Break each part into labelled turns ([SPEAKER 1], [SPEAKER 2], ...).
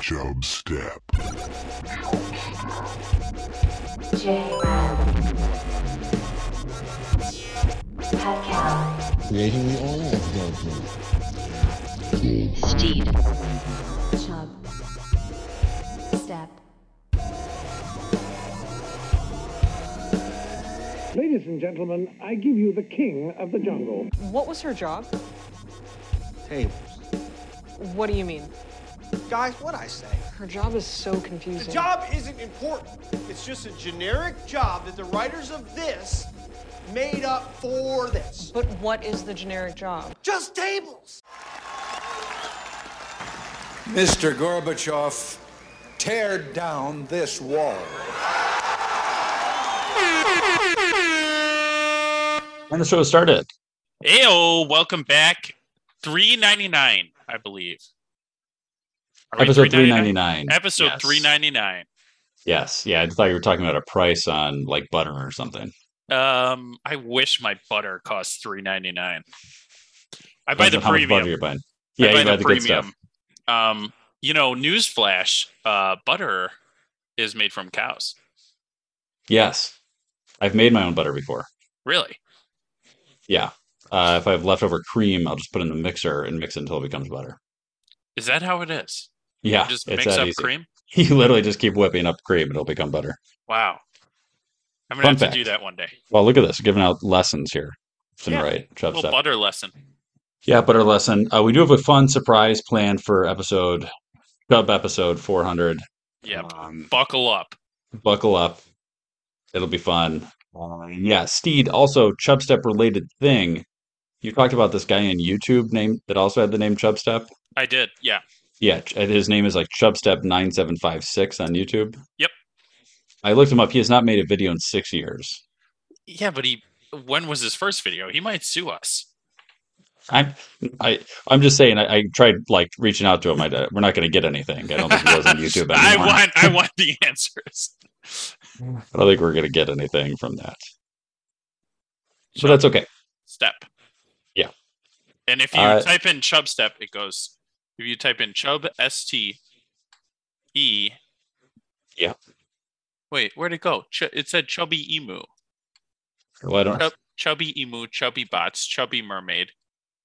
[SPEAKER 1] Job Step.
[SPEAKER 2] Pascal,
[SPEAKER 3] creating the all alphabet group.
[SPEAKER 2] Steed,
[SPEAKER 4] Chub. Step.
[SPEAKER 5] Ladies and gentlemen, I give you the king of the jungle.
[SPEAKER 6] What was her job?
[SPEAKER 7] Tables.
[SPEAKER 6] What do you mean?
[SPEAKER 7] Guys, what I say?
[SPEAKER 6] Her job is so confusing.
[SPEAKER 7] The job isn't important. It's just a generic job that the writers of this made up for this.
[SPEAKER 6] But what is the generic job?
[SPEAKER 7] Just tables.
[SPEAKER 8] Mr. Gorbachev, tear down this wall.
[SPEAKER 9] And the show started.
[SPEAKER 10] Heyo, welcome back. Three ninety nine, I believe. Are we
[SPEAKER 9] Episode 399.
[SPEAKER 10] 399? Episode
[SPEAKER 9] Yes.
[SPEAKER 10] three ninety nine.
[SPEAKER 9] Yes. Yeah. I thought you were talking about a price on like butter or something.
[SPEAKER 10] Um, I wish my butter cost three ninety nine. I buy
[SPEAKER 9] Depends
[SPEAKER 10] the
[SPEAKER 9] on how much butter
[SPEAKER 10] premium.
[SPEAKER 9] you're buying.
[SPEAKER 10] I
[SPEAKER 9] Yeah, you buy the, good stuff.
[SPEAKER 10] Um, you know, newsflash: uh, butter is made from cows.
[SPEAKER 9] Yes. I've made my own butter before.
[SPEAKER 10] Really?
[SPEAKER 9] Yeah. Uh, if I have leftover cream, I'll just put it in the mixer and mix it until it becomes butter.
[SPEAKER 10] Is that how it is?
[SPEAKER 9] Yeah.
[SPEAKER 10] Just
[SPEAKER 9] it's
[SPEAKER 10] mix
[SPEAKER 9] that
[SPEAKER 10] up
[SPEAKER 9] easy.
[SPEAKER 10] cream.
[SPEAKER 9] You literally just keep whipping up cream and it'll become butter.
[SPEAKER 10] Wow. I'm gonna
[SPEAKER 9] Fun
[SPEAKER 10] have to do
[SPEAKER 9] fact.
[SPEAKER 10] that one day.
[SPEAKER 9] Well, look at this. Giving out lessons here. Left and
[SPEAKER 10] Yeah.
[SPEAKER 9] right. Chop
[SPEAKER 10] little
[SPEAKER 9] step.
[SPEAKER 10] butter lesson.
[SPEAKER 9] Yeah, butter lesson. Uh, we do have a fun surprise planned for episode, dub episode 400.
[SPEAKER 10] Yep.
[SPEAKER 9] Um,
[SPEAKER 10] Buckle up.
[SPEAKER 9] buckle up. It'll be fun. Uh, yeah, Steed, also Chubstep related thing. You talked about this guy on YouTube name that also had the name Chubstep.
[SPEAKER 10] I did. Yeah.
[SPEAKER 9] Yeah, Ch- uh, his name is like Chubstep9756 on YouTube.
[SPEAKER 10] Yep.
[SPEAKER 9] I looked him up. He has not made a video in six years.
[SPEAKER 10] Yeah, but he. When was his first video? He might sue us.
[SPEAKER 9] I'm, I, I'm just saying. I, I tried like reaching out to him. I, uh, we're not going to get anything. I don't think he was on YouTube
[SPEAKER 10] I
[SPEAKER 9] anymore.
[SPEAKER 10] want. I want the answers.
[SPEAKER 9] I don't think we're going to get anything from that. So that's okay.
[SPEAKER 10] Step.
[SPEAKER 9] Yeah.
[SPEAKER 10] And if you
[SPEAKER 9] Uh,
[SPEAKER 10] type in Chub Step, it goes. If you type in Chub S T E.
[SPEAKER 9] Yep.
[SPEAKER 10] Wait, where'd it go? Ch- it said Chubby Emu.
[SPEAKER 9] Well, I don't.
[SPEAKER 10] Chub, chubby Emu, Chubby Bots, Chubby Mermaid,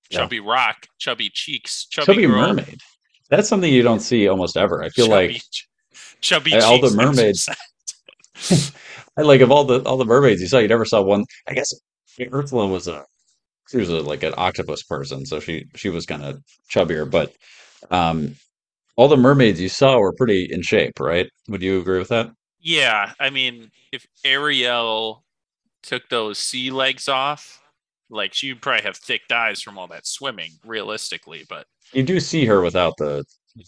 [SPEAKER 9] Yeah.
[SPEAKER 10] Chubby Rock, Chubby Cheeks, Chubby,
[SPEAKER 9] Chubby
[SPEAKER 10] Girl,
[SPEAKER 9] mermaid. That's something you don't see almost ever. I feel
[SPEAKER 10] chubby,
[SPEAKER 9] like
[SPEAKER 10] Ch- Chubby
[SPEAKER 9] Uh, all the
[SPEAKER 10] Cheeks
[SPEAKER 9] mermaids-
[SPEAKER 10] exercise.
[SPEAKER 9] I like of all the all the mermaids you saw, you never saw one. I guess Ursula was a she was a, like an octopus person, so she she was kind of chubbier. But um, all the mermaids you saw were pretty in shape, right? Would you agree with that?
[SPEAKER 10] Yeah, I mean, if Ariel took those sea legs off, like she'd probably have thick thighs from all that swimming, realistically. But
[SPEAKER 9] You do see her without the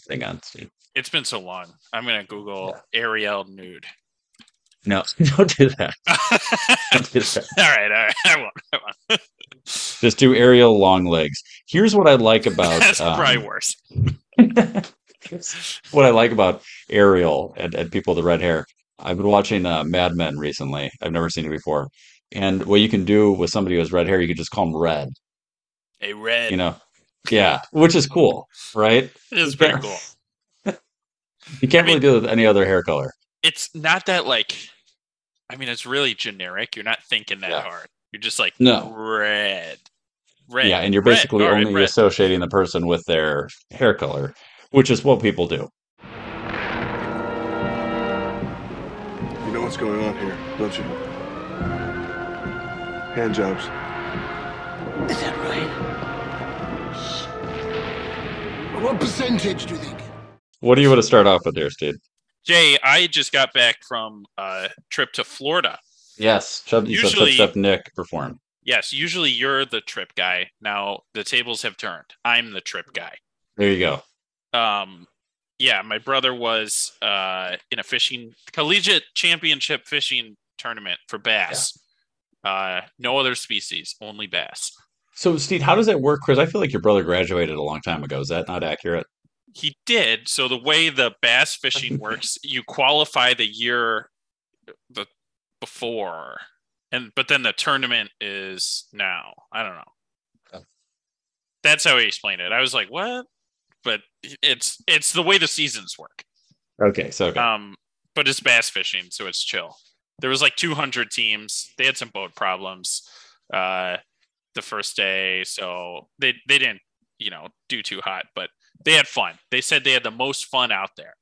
[SPEAKER 9] thing on. so-
[SPEAKER 10] it's been so long. I'm gonna Google Ariel nude.
[SPEAKER 9] No, don't do that.
[SPEAKER 10] all
[SPEAKER 9] Don't do that.
[SPEAKER 10] right, all right, I won't. I won't.
[SPEAKER 9] Just do aerial long legs. Here's what I like about
[SPEAKER 10] That's
[SPEAKER 9] um,
[SPEAKER 10] probably worse.
[SPEAKER 9] what I like about Ariel and, and people with the red hair. I've been watching uh, Mad Men recently. I've never seen it before. And what you can do with somebody who has red hair, you can just call them red.
[SPEAKER 10] A red
[SPEAKER 9] You know, yeah, which is cool, right?
[SPEAKER 10] is pretty cool.
[SPEAKER 9] You can't
[SPEAKER 10] I mean-
[SPEAKER 9] really do it with any other hair color.
[SPEAKER 10] It's not that like. I mean, it's really generic. You're not thinking that
[SPEAKER 9] Yeah.
[SPEAKER 10] hard. You're just like
[SPEAKER 9] No.
[SPEAKER 10] red, red.
[SPEAKER 9] yeah, and you're
[SPEAKER 10] red,
[SPEAKER 9] basically
[SPEAKER 10] all right,
[SPEAKER 9] only
[SPEAKER 10] red.
[SPEAKER 9] associating the person with their hair color, which is what people do.
[SPEAKER 1] You know what's going on here, don't you? Hand jobs.
[SPEAKER 7] Is that right?
[SPEAKER 1] What percentage do you think?
[SPEAKER 9] What do you want to start off with there, Steve?
[SPEAKER 10] Jay, I just got back from a trip to Florida.
[SPEAKER 9] Yes, Chub, you said
[SPEAKER 10] Usually-
[SPEAKER 9] Chubstep Nick perform.
[SPEAKER 10] Yes, usually you're the trip guy. Now the tables have turned. I'm the trip guy.
[SPEAKER 9] There you go.
[SPEAKER 10] Um, yeah, my brother was uh, in a fishing collegiate championship fishing tournament for bass. Uh, no other species, only bass.
[SPEAKER 9] So, Steve, how does that work, Chris? I feel like your brother graduated a long time ago. Is that not accurate?
[SPEAKER 10] He did. So the way the bass fishing works, you qualify the year the before, and but then the tournament is now. I don't know.
[SPEAKER 9] Oh.
[SPEAKER 10] That's how he explained it. I was like, "What?" but it's it's the way the seasons work.
[SPEAKER 9] Okay, so okay.
[SPEAKER 10] Um, but it's bass fishing, so it's chill. There was like 200 teams. They had some boat problems uh, the first day, so they they didn't you know do too hot, but they had fun. They said they had the most fun out there.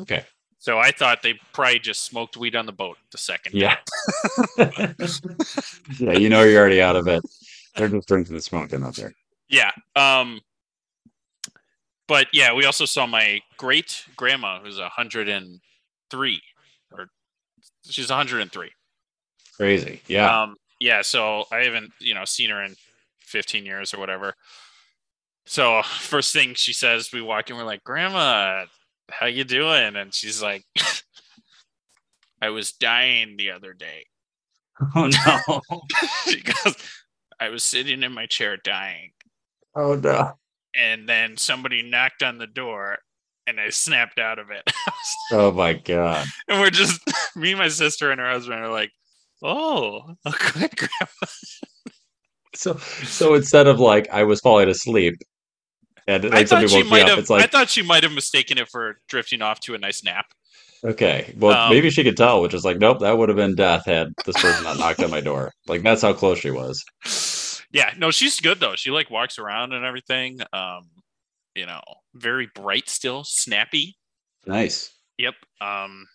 [SPEAKER 9] okay.
[SPEAKER 10] So I thought they probably just smoked weed on the boat the second.
[SPEAKER 9] Yeah. yeah, you know you're already out of it. They're just drinking and smoking up there.
[SPEAKER 10] Yeah. Um but yeah, we also saw my great grandma who's 103 or she's 103.
[SPEAKER 9] Crazy. Yeah.
[SPEAKER 10] Um yeah, so I haven't, you know, seen her in 15 years or whatever. So first thing she says, we walk in, we're like, Grandma, how you doing? And she's like, I was dying the other day.
[SPEAKER 9] oh no.
[SPEAKER 10] she goes, I was sitting in my chair dying.
[SPEAKER 9] Oh no.
[SPEAKER 10] And then somebody knocked on the door and I snapped out of it.
[SPEAKER 9] Oh my god.
[SPEAKER 10] and we're just, me, my sister, and her husband are like, oh, a good grandma.
[SPEAKER 9] So so instead of like I was falling asleep and like
[SPEAKER 10] I thought
[SPEAKER 9] somebody
[SPEAKER 10] she
[SPEAKER 9] woke me
[SPEAKER 10] might
[SPEAKER 9] up,
[SPEAKER 10] have,
[SPEAKER 9] it's like
[SPEAKER 10] I thought she might have mistaken it for drifting off to a nice nap.
[SPEAKER 9] Okay. Well,
[SPEAKER 10] Um,
[SPEAKER 9] maybe she could tell, which is like, nope, that would have been death had this person not knocked on my door. Like that's how close she was.
[SPEAKER 10] yeah, no, she's good though. She like walks around and everything. Um, you know, very bright still, snappy.
[SPEAKER 9] Nice.
[SPEAKER 10] Yep. Um,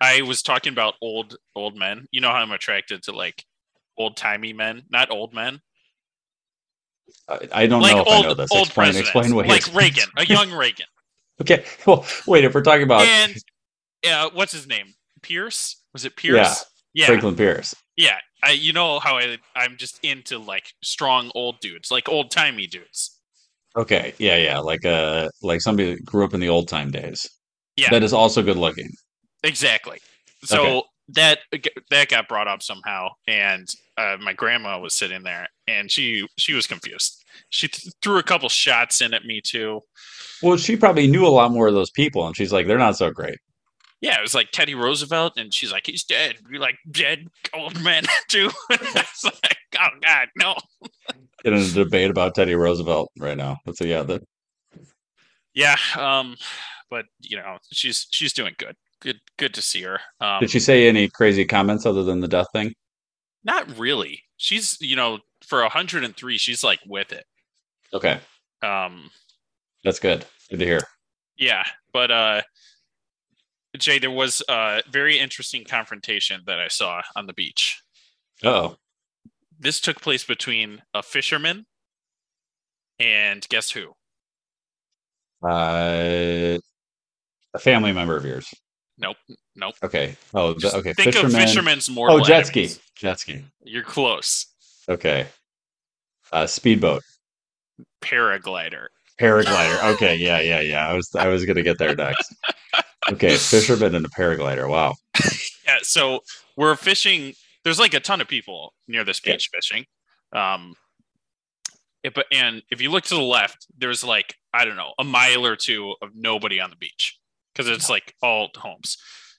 [SPEAKER 10] I was talking about old old men. You know how I'm attracted to like old timey men, not old men,
[SPEAKER 9] I, I don't
[SPEAKER 10] like
[SPEAKER 9] know if
[SPEAKER 10] old
[SPEAKER 9] I know this.
[SPEAKER 10] old
[SPEAKER 9] explain,
[SPEAKER 10] presidents,
[SPEAKER 9] explain what
[SPEAKER 10] like Reagan, a young Reagan,
[SPEAKER 9] Okay. Well, wait. If we're talking about
[SPEAKER 10] and uh, what's his name? Pierce? Was it Pierce?
[SPEAKER 9] Yeah.
[SPEAKER 10] yeah.
[SPEAKER 9] Franklin Pierce,
[SPEAKER 10] Yeah, I you know how I I'm just into like strong old dudes, like old timey dudes.
[SPEAKER 9] okay, yeah, yeah, like uh, like somebody that grew up in the old time days.
[SPEAKER 10] Yeah.
[SPEAKER 9] that is also good looking.
[SPEAKER 10] Exactly. So that that got brought up somehow, and uh, my grandma was sitting there, and she she was confused. She th- threw a couple shots in at me too.
[SPEAKER 9] Well, she probably knew a lot more of those people, and she's like, they're not so great.
[SPEAKER 10] Yeah, it was like Teddy Roosevelt, and she's like, "He's dead." You're like, "Dead old man too." it's like, oh God, no.
[SPEAKER 9] In a debate about Teddy Roosevelt right now. But so yeah, the,
[SPEAKER 10] Yeah, um, but you know, she's she's doing good. Good, good to see her. Um,
[SPEAKER 9] did she say any crazy comments other than the death thing?
[SPEAKER 10] Not really. She's, you know, for 103, she's like with it.
[SPEAKER 9] Okay,
[SPEAKER 10] Um,
[SPEAKER 9] that's good. Good to hear.
[SPEAKER 10] yeah, but uh Jay, there was a very interesting confrontation that I saw on the beach.
[SPEAKER 9] Oh,
[SPEAKER 10] This took place between a fisherman and guess who?
[SPEAKER 9] uh, a family member of yours.
[SPEAKER 10] Nope, nope.
[SPEAKER 9] Okay. Oh, the-
[SPEAKER 10] Just
[SPEAKER 9] okay.
[SPEAKER 10] Think
[SPEAKER 9] fisherman.
[SPEAKER 10] of fisherman's mortal.
[SPEAKER 9] oh, jet ski.
[SPEAKER 10] enemies.
[SPEAKER 9] Jet ski.
[SPEAKER 10] You're close.
[SPEAKER 9] Okay. Uh, speedboat.
[SPEAKER 10] Paraglider.
[SPEAKER 9] Paraglider. Okay, yeah, yeah, yeah. I was I was gonna get there next. Okay, fisherman and a paraglider. Wow.
[SPEAKER 10] Yeah, so we're fishing. There's like a ton of people near this
[SPEAKER 9] Yeah.
[SPEAKER 10] beach fishing. Um, it, but and if you look to the left, there's like I don't know a mile or two of nobody on the beach because it's like all homes.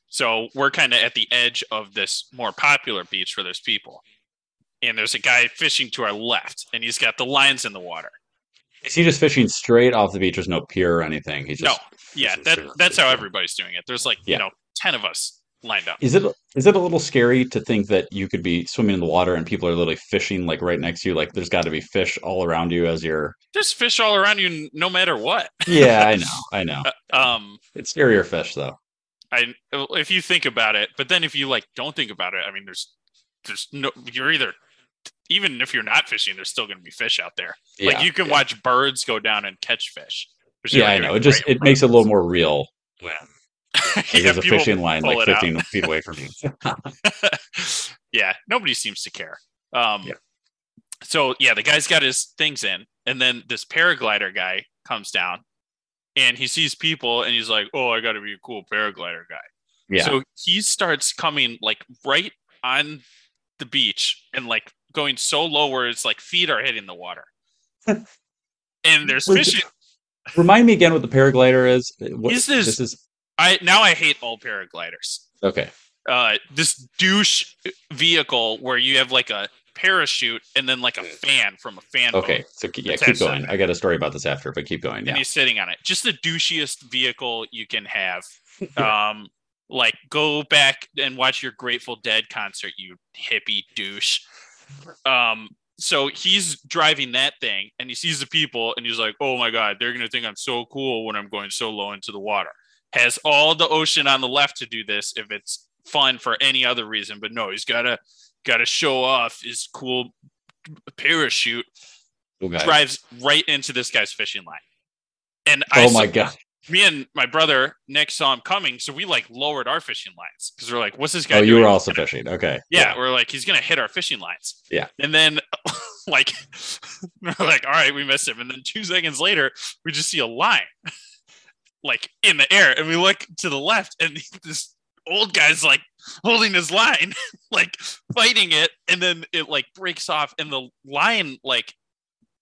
[SPEAKER 10] So we're kind of at the edge of this more popular beach where there's people, and there's a guy fishing to our left, and he's got the lines in the water.
[SPEAKER 9] Is he just fishing straight off the beach? There's no pier or anything. He's just
[SPEAKER 10] Yeah,
[SPEAKER 9] This is
[SPEAKER 10] that
[SPEAKER 9] true.
[SPEAKER 10] that's how everybody's doing it. There's like
[SPEAKER 9] Yeah.
[SPEAKER 10] you know ten of us lined up.
[SPEAKER 9] is it is it a little scary to think that you could be swimming in the water and people are literally fishing like right next to you? Like there's got to be fish all around you as you're.
[SPEAKER 10] There's fish all around you, n- no matter what.
[SPEAKER 9] Yeah, I know, I know.
[SPEAKER 10] Um,
[SPEAKER 9] It's scarier fish though.
[SPEAKER 10] I if you think about it, but then if you like don't think about it, I mean, there's there's no you're either even if you're not fishing, there's still going to be fish out there.
[SPEAKER 9] Yeah,
[SPEAKER 10] like you can
[SPEAKER 9] yeah.
[SPEAKER 10] watch birds go down and catch fish. which
[SPEAKER 9] Yeah,
[SPEAKER 10] they're
[SPEAKER 9] I
[SPEAKER 10] doing
[SPEAKER 9] know. It just
[SPEAKER 10] right
[SPEAKER 9] it makes it a
[SPEAKER 10] now.
[SPEAKER 9] little more real. Like,
[SPEAKER 10] yeah,
[SPEAKER 9] there's a
[SPEAKER 10] people-
[SPEAKER 9] fishing line
[SPEAKER 10] pull
[SPEAKER 9] like
[SPEAKER 10] it out.
[SPEAKER 9] 15 feet away from you.
[SPEAKER 10] yeah, nobody seems to care. Um,
[SPEAKER 9] Yeah.
[SPEAKER 10] So yeah, the guy's got his things in, and then this paraglider guy comes down, and he sees people, and he's like, "Oh, I got to be a cool paraglider guy."
[SPEAKER 9] Yeah.
[SPEAKER 10] So he starts coming like right on the beach and like going so low where it's like feet are hitting the water. and there's
[SPEAKER 9] Was-
[SPEAKER 10] fish.
[SPEAKER 9] Remind me again what the paraglider is. What,
[SPEAKER 10] This is-
[SPEAKER 9] this is
[SPEAKER 10] I now I hate all paragliders.
[SPEAKER 9] okay.
[SPEAKER 10] uh, this douche vehicle where you have like a parachute and then like a fan from a fan. boat,
[SPEAKER 9] Okay, so ke- yeah, keep
[SPEAKER 10] Attached to
[SPEAKER 9] going.
[SPEAKER 10] that.
[SPEAKER 9] I got a story about this after, but keep going.
[SPEAKER 10] and
[SPEAKER 9] Yeah,
[SPEAKER 10] he's sitting on it. Just the douchiest vehicle you can have. Um, like go back and watch your Grateful Dead concert, you hippie douche. Um, so he's driving that thing, and he sees the people, and he's like, "Oh my god, they're gonna think I'm so cool when I'm going so low into the water." Has all the ocean on the left to do this if it's fun for any other reason, but no, he's gotta gotta show off his cool parachute.
[SPEAKER 9] cool guy.
[SPEAKER 10] Drives right into this guy's fishing line, and I
[SPEAKER 9] Oh my
[SPEAKER 10] saw-
[SPEAKER 9] god,
[SPEAKER 10] me and my brother Nick saw him coming, so we like lowered our fishing lines because we're like, "What's this guy?"
[SPEAKER 9] oh, you
[SPEAKER 10] doing?
[SPEAKER 9] were also fishing. Okay, Oh
[SPEAKER 10] yeah, we're like, "He's gonna hit our fishing lines."
[SPEAKER 9] Yeah.
[SPEAKER 10] and then like we're like, "All right, we missed him." And then two seconds later, we just see a line like in the air, and we look to the left, and this old guy's like holding his line, like fighting it, and then it like breaks off, and the line like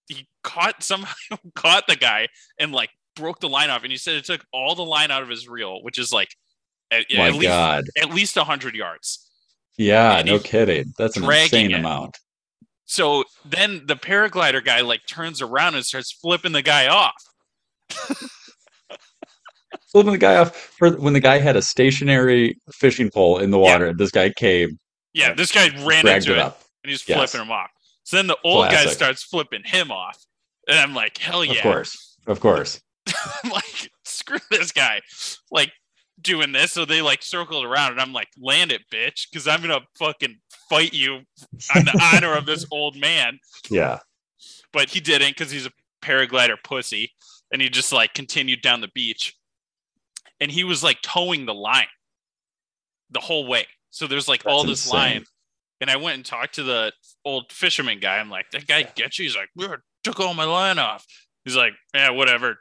[SPEAKER 10] he caught somehow caught the guy and like broke the line off, and he said it took all the line out of his reel, which is like at,
[SPEAKER 9] my
[SPEAKER 10] at least
[SPEAKER 9] god,
[SPEAKER 10] at least hundred yards.
[SPEAKER 9] yeah,
[SPEAKER 10] and
[SPEAKER 9] no
[SPEAKER 10] he's
[SPEAKER 9] kidding. That's an
[SPEAKER 10] dragging
[SPEAKER 9] insane
[SPEAKER 10] it.
[SPEAKER 9] amount.
[SPEAKER 10] So then the paraglider guy like turns around and starts flipping the guy off.
[SPEAKER 9] Flipping the guy off for when the guy had a stationary fishing pole in the
[SPEAKER 10] Yeah.
[SPEAKER 9] water. This guy came,
[SPEAKER 10] Yeah, this guy ran
[SPEAKER 9] dragged
[SPEAKER 10] into
[SPEAKER 9] it
[SPEAKER 10] it,
[SPEAKER 9] up.
[SPEAKER 10] and he's
[SPEAKER 9] Yes.
[SPEAKER 10] flipping him off. So then the old guy
[SPEAKER 9] Classic.
[SPEAKER 10] starts flipping him off, and I'm like, hell yeah!
[SPEAKER 9] Of course, of course.
[SPEAKER 10] I'm like, screw this guy, like doing this. So they like circled around, and I'm like, land it, bitch, because I'm gonna fucking fight you on the honor of this old man.
[SPEAKER 9] Yeah,
[SPEAKER 10] But he didn't because he's a paraglider pussy, and he just like continued down the beach, and he was like towing the line the whole way. So there's like all
[SPEAKER 9] That's
[SPEAKER 10] this
[SPEAKER 9] insane.
[SPEAKER 10] line, and I went and talked to the old fisherman guy. I'm like, that guy gets you. He's like, "Yeah, took all my line off. He's like, yeah, whatever,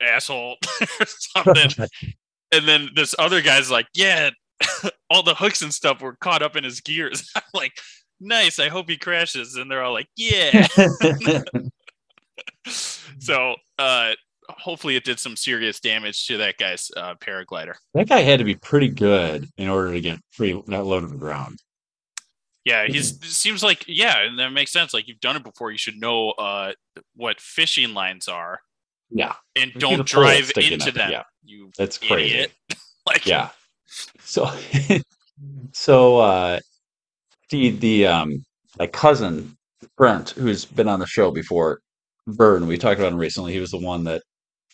[SPEAKER 10] asshole, or something. and then this other guy's like, yeah, all the hooks and stuff were caught up in his gears. I'm like, nice. I hope he crashes. And they're all like, yeah. so, uh, hopefully, it did some serious damage to that guy's uh, paraglider.
[SPEAKER 9] that guy had to be pretty good in order to get free, not low to the ground.
[SPEAKER 10] Yeah, he's it seems like yeah, and that makes sense. Like you've done it before, you should know uh what fishing lines are
[SPEAKER 9] Yeah,
[SPEAKER 10] and
[SPEAKER 9] You see the
[SPEAKER 10] don't
[SPEAKER 9] pole
[SPEAKER 10] drive
[SPEAKER 9] sticking
[SPEAKER 10] into
[SPEAKER 9] up,
[SPEAKER 10] them.
[SPEAKER 9] yeah.
[SPEAKER 10] You
[SPEAKER 9] that's crazy.
[SPEAKER 10] idiot. like
[SPEAKER 9] yeah so so uh the the um my cousin Brent who's been on the show before Vern we talked about him recently he was the one that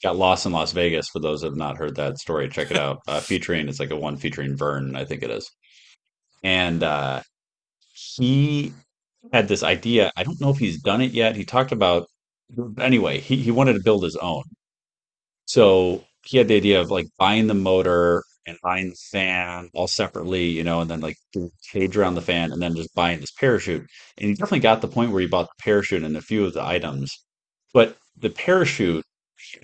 [SPEAKER 9] got lost in Las Vegas for those who have not heard that story check it out uh featuring it's like a one featuring Vern I think it is and uh he had this idea I don't know if he's done it yet he talked about anyway he, he wanted to build his own so he had the idea of like buying the motor and buying the fan all separately, you know, and then like doing a cage around the fan and then just buying this parachute. And he definitely got the point where he bought the parachute and a few of the items. But the parachute,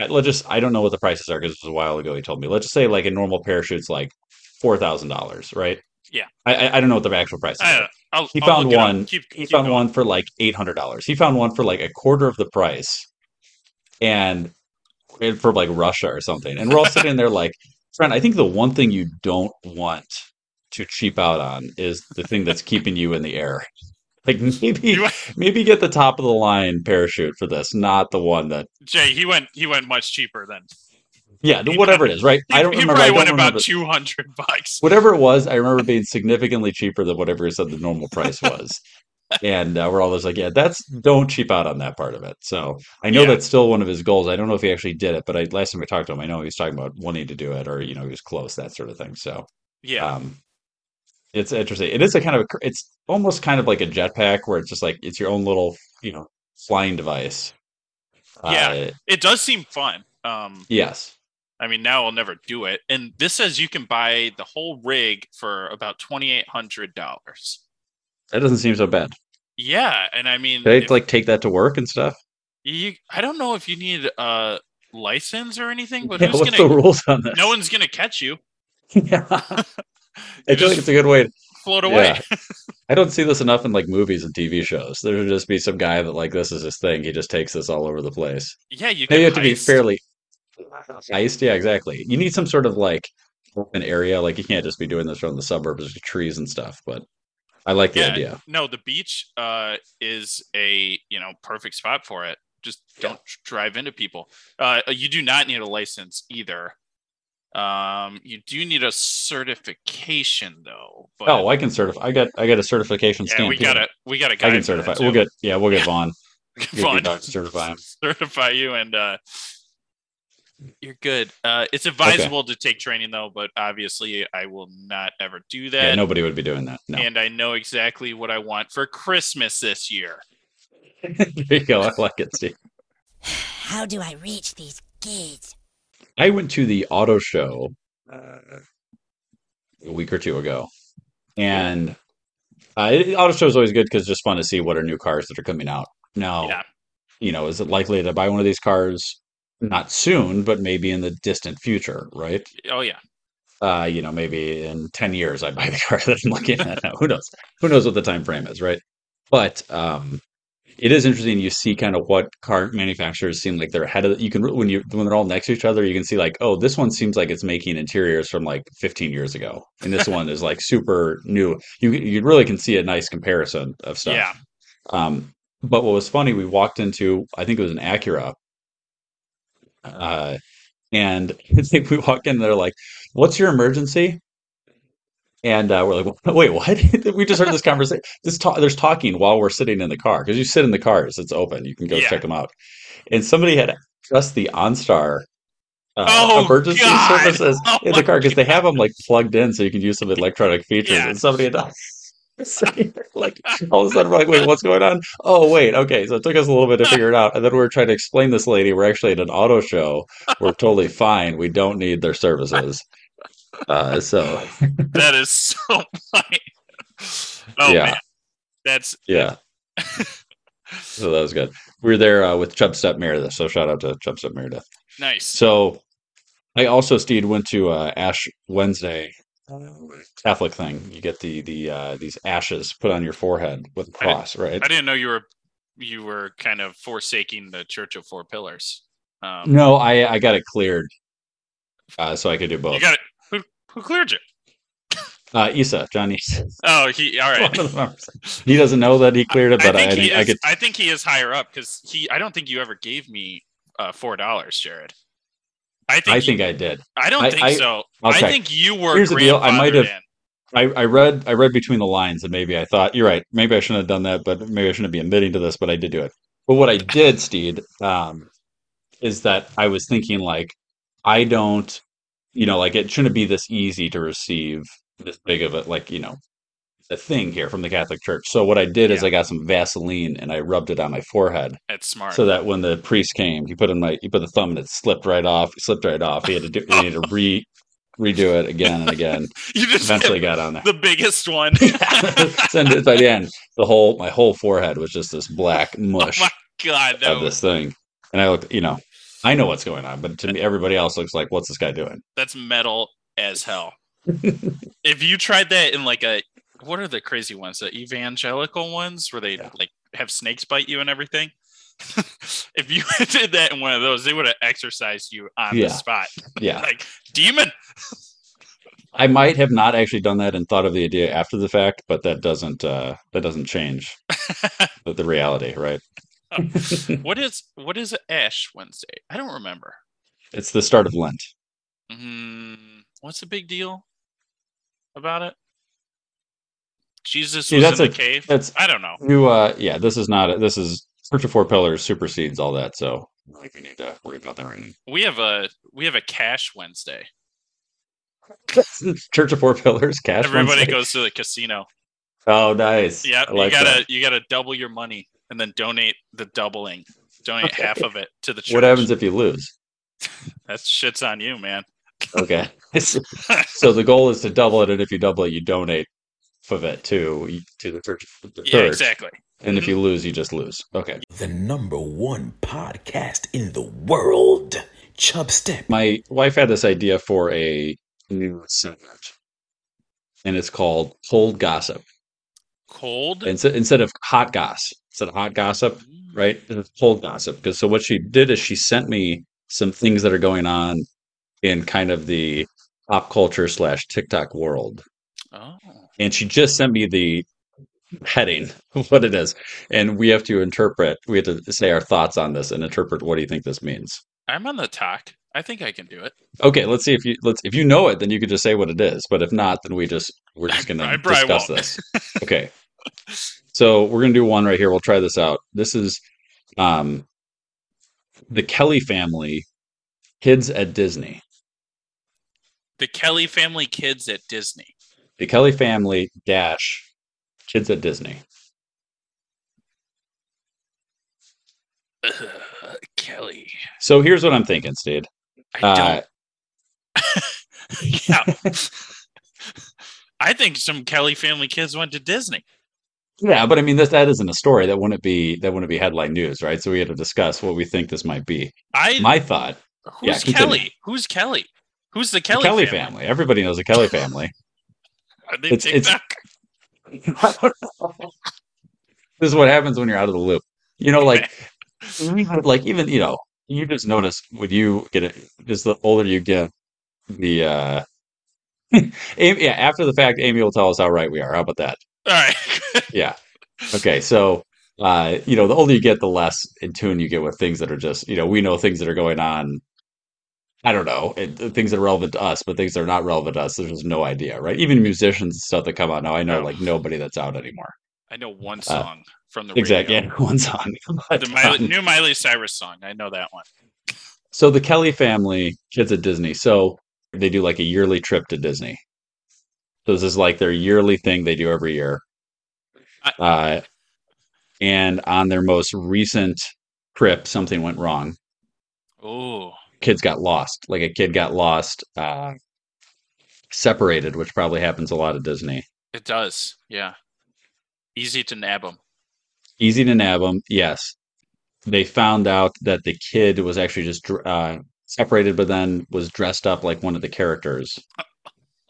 [SPEAKER 9] I- let's just, I don't know what the prices are because it was a while ago he told me. Let's just say like a normal parachute's like $4,000, right?
[SPEAKER 10] Yeah.
[SPEAKER 9] I, I- I don't know what the actual price is.
[SPEAKER 10] I don't know. I'll,
[SPEAKER 9] He
[SPEAKER 10] I'll
[SPEAKER 9] found
[SPEAKER 10] look it up.
[SPEAKER 9] one-
[SPEAKER 10] Keep,
[SPEAKER 9] He
[SPEAKER 10] keep
[SPEAKER 9] found
[SPEAKER 10] going.
[SPEAKER 9] one for like eight hundred dollars. He found one for like a quarter of the price, and and for like Russia or something. And we're all sitting there like, friend. I think the one thing you don't want to cheap out on is the thing that's keeping you in the air. Like maybe
[SPEAKER 10] You-
[SPEAKER 9] maybe get the top of the line parachute for this, not the one that
[SPEAKER 10] Jay, he went he went much cheaper than
[SPEAKER 9] yeah,
[SPEAKER 10] He-
[SPEAKER 9] whatever it is, right?
[SPEAKER 10] he,
[SPEAKER 9] I don't
[SPEAKER 10] he
[SPEAKER 9] remember. I
[SPEAKER 10] probably
[SPEAKER 9] don't
[SPEAKER 10] went
[SPEAKER 9] remember.
[SPEAKER 10] about two hundred bucks.
[SPEAKER 9] whatever it was, I remember being significantly cheaper than whatever he said the normal price was. and uh, we're all just like, yeah, that's don't cheap out on that part of it. So I know
[SPEAKER 10] Yeah.
[SPEAKER 9] that's still one of his goals. I don't know if he actually did it, but I last time I talked to him, I know he was talking about wanting to do it or, you know, he was close, that sort of thing. So,
[SPEAKER 10] Yeah.
[SPEAKER 9] um, it's interesting. It is a kind of, a, cr- it's almost kind of like a jetpack where it's just like, it's your own little, you know, flying device.
[SPEAKER 10] Yeah.
[SPEAKER 9] Uh,
[SPEAKER 10] it does seem fun. Um
[SPEAKER 9] yes.
[SPEAKER 10] I mean now I'll never do it. And this says you can buy the whole rig for about twenty eight hundred dollars.
[SPEAKER 9] That doesn't seem so bad.
[SPEAKER 10] Yeah, and I mean
[SPEAKER 9] They
[SPEAKER 10] if-
[SPEAKER 9] like take that to work and stuff.
[SPEAKER 10] You, I don't know if you need a license or anything, but
[SPEAKER 9] Yeah,
[SPEAKER 10] who's
[SPEAKER 9] what's
[SPEAKER 10] gonna?
[SPEAKER 9] the rules on that?
[SPEAKER 10] No one's gonna catch you.
[SPEAKER 9] yeah. I
[SPEAKER 10] You
[SPEAKER 9] feel like
[SPEAKER 10] just
[SPEAKER 9] it's a good way. To,
[SPEAKER 10] float away.
[SPEAKER 9] yeah. I don't see this enough in like movies and TV shows. There would just be some guy that like this is his thing. He just takes this all over the place.
[SPEAKER 10] Yeah, you.
[SPEAKER 9] Now
[SPEAKER 10] Could
[SPEAKER 9] you have to be
[SPEAKER 10] heist.
[SPEAKER 9] fairly iced. Yeah, exactly. You need some sort of like an area. Like you can't just be doing this from the suburbs, with trees and stuff. But I like the
[SPEAKER 10] Yeah.
[SPEAKER 9] idea.
[SPEAKER 10] No, the beach uh, is a you know perfect spot for it. Just don't drive into people. Uh, you do not need a license either. Um, you do need a certification though. But
[SPEAKER 9] oh, I can certify. I got I got a certification
[SPEAKER 10] yeah,
[SPEAKER 9] stamp.
[SPEAKER 10] we
[SPEAKER 9] here.
[SPEAKER 10] got a we got a guy.
[SPEAKER 9] I can
[SPEAKER 10] for that,
[SPEAKER 9] certify.
[SPEAKER 10] too.
[SPEAKER 9] We'll get yeah, we'll get
[SPEAKER 10] Yeah.
[SPEAKER 9] Vaughn. Get your
[SPEAKER 10] Vaughn.
[SPEAKER 9] dog to certify him.
[SPEAKER 10] certify you and uh you're good uh it's advisable to take training though but obviously i will not ever do that
[SPEAKER 9] Yeah, nobody would be doing that. No,
[SPEAKER 10] and i know exactly what i want for christmas this year
[SPEAKER 9] there you go. I like it. Steve.
[SPEAKER 11] How do I reach these kids?
[SPEAKER 9] I went to the auto show uh, a week or two ago, and uh, it- auto show is always good because it's just fun to see what are new cars that are coming out. Now,
[SPEAKER 10] Yeah.
[SPEAKER 9] you know, is it likely to buy one of these cars? Not soon, but maybe in the distant future, right?
[SPEAKER 10] oh yeah
[SPEAKER 9] uh, you know, maybe in 10 years I buy the car that I'm looking at now. Who knows? Who knows what the time frame is, right? But um, it is interesting. You see kind of what car manufacturers seem like they're ahead of. You can re- when you when they're all next to each other, you can see like, oh, this one seems like it's making interiors from like 15 years ago, and this one is like super new. You you really can see a nice comparison of stuff.
[SPEAKER 10] yeah
[SPEAKER 9] Um, but what was funny, we walked into, I think it was an Acura. Uh, and I think we walked in, they're like, What's your emergency? And uh, we're like, Wait, what? we just heard this conversation. This talk, there's talking while we're sitting in the car because you sit in the cars, it's open, you can go
[SPEAKER 10] Yeah.
[SPEAKER 9] check them out. And somebody had just the OnStar. Uh,
[SPEAKER 10] Oh,
[SPEAKER 9] emergency
[SPEAKER 10] God!
[SPEAKER 9] services
[SPEAKER 10] Oh,
[SPEAKER 9] in
[SPEAKER 10] my
[SPEAKER 9] the car because they have them like plugged in so you can use some electronic features
[SPEAKER 10] Yeah.
[SPEAKER 9] and somebody had saying, like all of a sudden we're like, wait, what's going on? Oh wait, okay. So it took us a little bit to figure it out. And then we were trying to explain this lady, we're actually at an auto show. We're totally fine. We don't need their services. Uh so
[SPEAKER 10] that is so funny. oh
[SPEAKER 9] Yeah.
[SPEAKER 10] man that's
[SPEAKER 9] yeah. So that was good. We were there uh, with Chubstep Meredith. So shout out to Chubstep Meredith.
[SPEAKER 10] nice
[SPEAKER 9] So I also Steed went to uh, Ash Wednesday Catholic thing. You get the the uh, these ashes put on your forehead with a cross, right?
[SPEAKER 10] i didn't know you were you were kind of forsaking the church of four pillars um
[SPEAKER 9] No, I I got it cleared, uh, so I could do both.
[SPEAKER 10] you got it who, who cleared you
[SPEAKER 9] uh, Issa, John Issa.
[SPEAKER 10] oh he all right
[SPEAKER 9] he doesn't know that he cleared it, but
[SPEAKER 10] I
[SPEAKER 9] I
[SPEAKER 10] think
[SPEAKER 9] I,
[SPEAKER 10] he
[SPEAKER 9] think- I,
[SPEAKER 10] is,
[SPEAKER 9] could.
[SPEAKER 10] I think he is higher up because he. I don't think you ever gave me uh, four dollars, Jared. I think.
[SPEAKER 9] I
[SPEAKER 10] you-
[SPEAKER 9] think I did.
[SPEAKER 10] I don't
[SPEAKER 9] I-
[SPEAKER 10] think
[SPEAKER 9] I-
[SPEAKER 10] so.
[SPEAKER 9] I'll
[SPEAKER 10] I
[SPEAKER 9] check.
[SPEAKER 10] think you were
[SPEAKER 9] Here's the deal, I
[SPEAKER 10] grandfathered
[SPEAKER 9] might have-
[SPEAKER 10] in.
[SPEAKER 9] I, I read I read between the lines, and maybe I thought you're right. Maybe I shouldn't have done that, but maybe I shouldn't be admitting to this. But I did do it. But what I did, Steed, um, is that I was thinking like I don't, you know, like it shouldn't be this easy to receive this big of a like you know a thing here from the Catholic Church. So what I did is
[SPEAKER 10] Yeah.
[SPEAKER 9] I got some Vaseline and I rubbed it on my forehead.
[SPEAKER 10] That's smart.
[SPEAKER 9] so that when the priest came, he put in my he put the thumb and it slipped right off. Slipped right off. He had to do he had to re redo it again and again.
[SPEAKER 10] you just
[SPEAKER 9] Eventually
[SPEAKER 10] eventually
[SPEAKER 9] got on there.
[SPEAKER 10] the biggest one.
[SPEAKER 9] and it- by the end, the whole my whole forehead was just this black mush
[SPEAKER 10] Oh, my God, that
[SPEAKER 9] of this
[SPEAKER 10] was,
[SPEAKER 9] thing. And I looked, you know, I know what's going on, but to me, everybody else looks like, what's this guy doing?
[SPEAKER 10] that's metal as hell. if you tried that in like a what are the crazy ones? The evangelical ones where they
[SPEAKER 9] Yeah.
[SPEAKER 10] like have snakes bite you and everything. if you did that in one of those, they would have exercised you on
[SPEAKER 9] Yeah.
[SPEAKER 10] the spot.
[SPEAKER 9] Yeah,
[SPEAKER 10] Like demon.
[SPEAKER 9] I might have not actually done that and thought of the idea after the fact, but that doesn't uh, that doesn't change the, the reality, right?
[SPEAKER 10] Oh. what is what is Ash Wednesday? I don't remember.
[SPEAKER 9] It's the start of Lent.
[SPEAKER 10] Mm, what's the big deal about it? Jesus
[SPEAKER 9] See,
[SPEAKER 10] was
[SPEAKER 9] that's
[SPEAKER 10] in
[SPEAKER 9] a-
[SPEAKER 10] the cave.
[SPEAKER 9] That's
[SPEAKER 10] I don't know.
[SPEAKER 9] You, uh, yeah, this is not a, this is Church of Four Pillars supersedes all that, so I think we need to worry about that right
[SPEAKER 10] We have a we have a cash Wednesday.
[SPEAKER 9] now. Church of Four Pillars, cash.
[SPEAKER 10] Everybody
[SPEAKER 9] Wednesday.
[SPEAKER 10] goes to the casino.
[SPEAKER 9] Oh, nice.
[SPEAKER 10] Yeah,
[SPEAKER 9] I
[SPEAKER 10] you
[SPEAKER 9] like
[SPEAKER 10] gotta
[SPEAKER 9] that.
[SPEAKER 10] you gotta double your money and then donate the doubling. Donate
[SPEAKER 9] Okay.
[SPEAKER 10] half of it to the church.
[SPEAKER 9] What happens if you lose?
[SPEAKER 10] That shit's on you, man.
[SPEAKER 9] Okay. so the goal is to double it, and if you double it, you donate half of it to to the church. The
[SPEAKER 10] Yeah,
[SPEAKER 9] church.
[SPEAKER 10] exactly. Mm-hmm.
[SPEAKER 9] And if you lose, you just lose. Okay.
[SPEAKER 12] The number one podcast in the world, Chubstep.
[SPEAKER 9] My wife had this idea for a new segment, and it's called Cold Gossip.
[SPEAKER 10] Cold.
[SPEAKER 9] instead instead of hot goss, instead of hot gossip, right? It's cold gossip. Because so what she did is she sent me some things that are going on in kind of the pop culture slash TikTok world,
[SPEAKER 10] Oh.
[SPEAKER 9] and she just sent me the heading what it is and we have to interpret we have to say our thoughts on this and interpret what do you think this means
[SPEAKER 10] I'm on the talk. I think I can do it.
[SPEAKER 9] okay let's see if you let's if you know it then you could just say what it is but if not then we just we're just
[SPEAKER 10] I
[SPEAKER 9] gonna
[SPEAKER 10] probably
[SPEAKER 9] discuss
[SPEAKER 10] won't.
[SPEAKER 9] this okay so we're gonna do one right here we'll try this out this is um the kelly family kids at disney
[SPEAKER 10] The Kelly family kids at Disney.
[SPEAKER 9] the kelly family dash kids at disney
[SPEAKER 10] Ugh, Kelly.
[SPEAKER 9] so here's what i'm thinking Steed.
[SPEAKER 10] I
[SPEAKER 9] Uh,
[SPEAKER 10] don't. Yeah. I think some Kelly family kids went to Disney.
[SPEAKER 9] Yeah, but I mean, this that isn't a story. That wouldn't be that wouldn't be headline news, right? So we had to discuss what we think this might be.
[SPEAKER 10] I
[SPEAKER 9] My thought, yeah,
[SPEAKER 10] who's
[SPEAKER 9] continue.
[SPEAKER 10] Kelly? Who's Kelly? Who's the
[SPEAKER 9] the
[SPEAKER 10] Kelly,
[SPEAKER 9] Kelly
[SPEAKER 10] family?
[SPEAKER 9] family. Everybody knows the Kelly family.
[SPEAKER 10] Are they
[SPEAKER 9] It's- it's-
[SPEAKER 10] TikTok?
[SPEAKER 9] this is what happens when you're out of the loop. You know, like like even you know, you just notice when you get it. Just the older you get, the uh, Amy, yeah. After the fact, Amy will tell us how right we are. How about that?
[SPEAKER 10] All right.
[SPEAKER 9] yeah. Okay. So, uh, you know, the older you get, the less in tune you get with things that are just, you know, we know things that are going on. I don't know it, the things that are relevant to us, but things that are not relevant to us. There's just no idea, right? Even musicians and stuff that come out now, I know like nobody that's out anymore.
[SPEAKER 10] I know one
[SPEAKER 9] Uh,
[SPEAKER 10] song from the
[SPEAKER 9] exactly.
[SPEAKER 10] radio.
[SPEAKER 9] Yeah, one song.
[SPEAKER 10] The Miley, new Miley Cyrus song. I know that one.
[SPEAKER 9] So the Kelly family kids at Disney. So they do like a yearly trip to Disney. So this is like their yearly thing they do every year. Uh, and on their most recent trip, something went wrong.
[SPEAKER 10] Oh,
[SPEAKER 9] Kids got lost. Like a kid got lost, uh, separated, which probably happens a lot at Disney.
[SPEAKER 10] it does. Yeah. Easy to nab them.
[SPEAKER 9] Easy to nab them. Yes. They found out that the kid was actually just dr- uh, separated, but then was dressed up like one of the characters.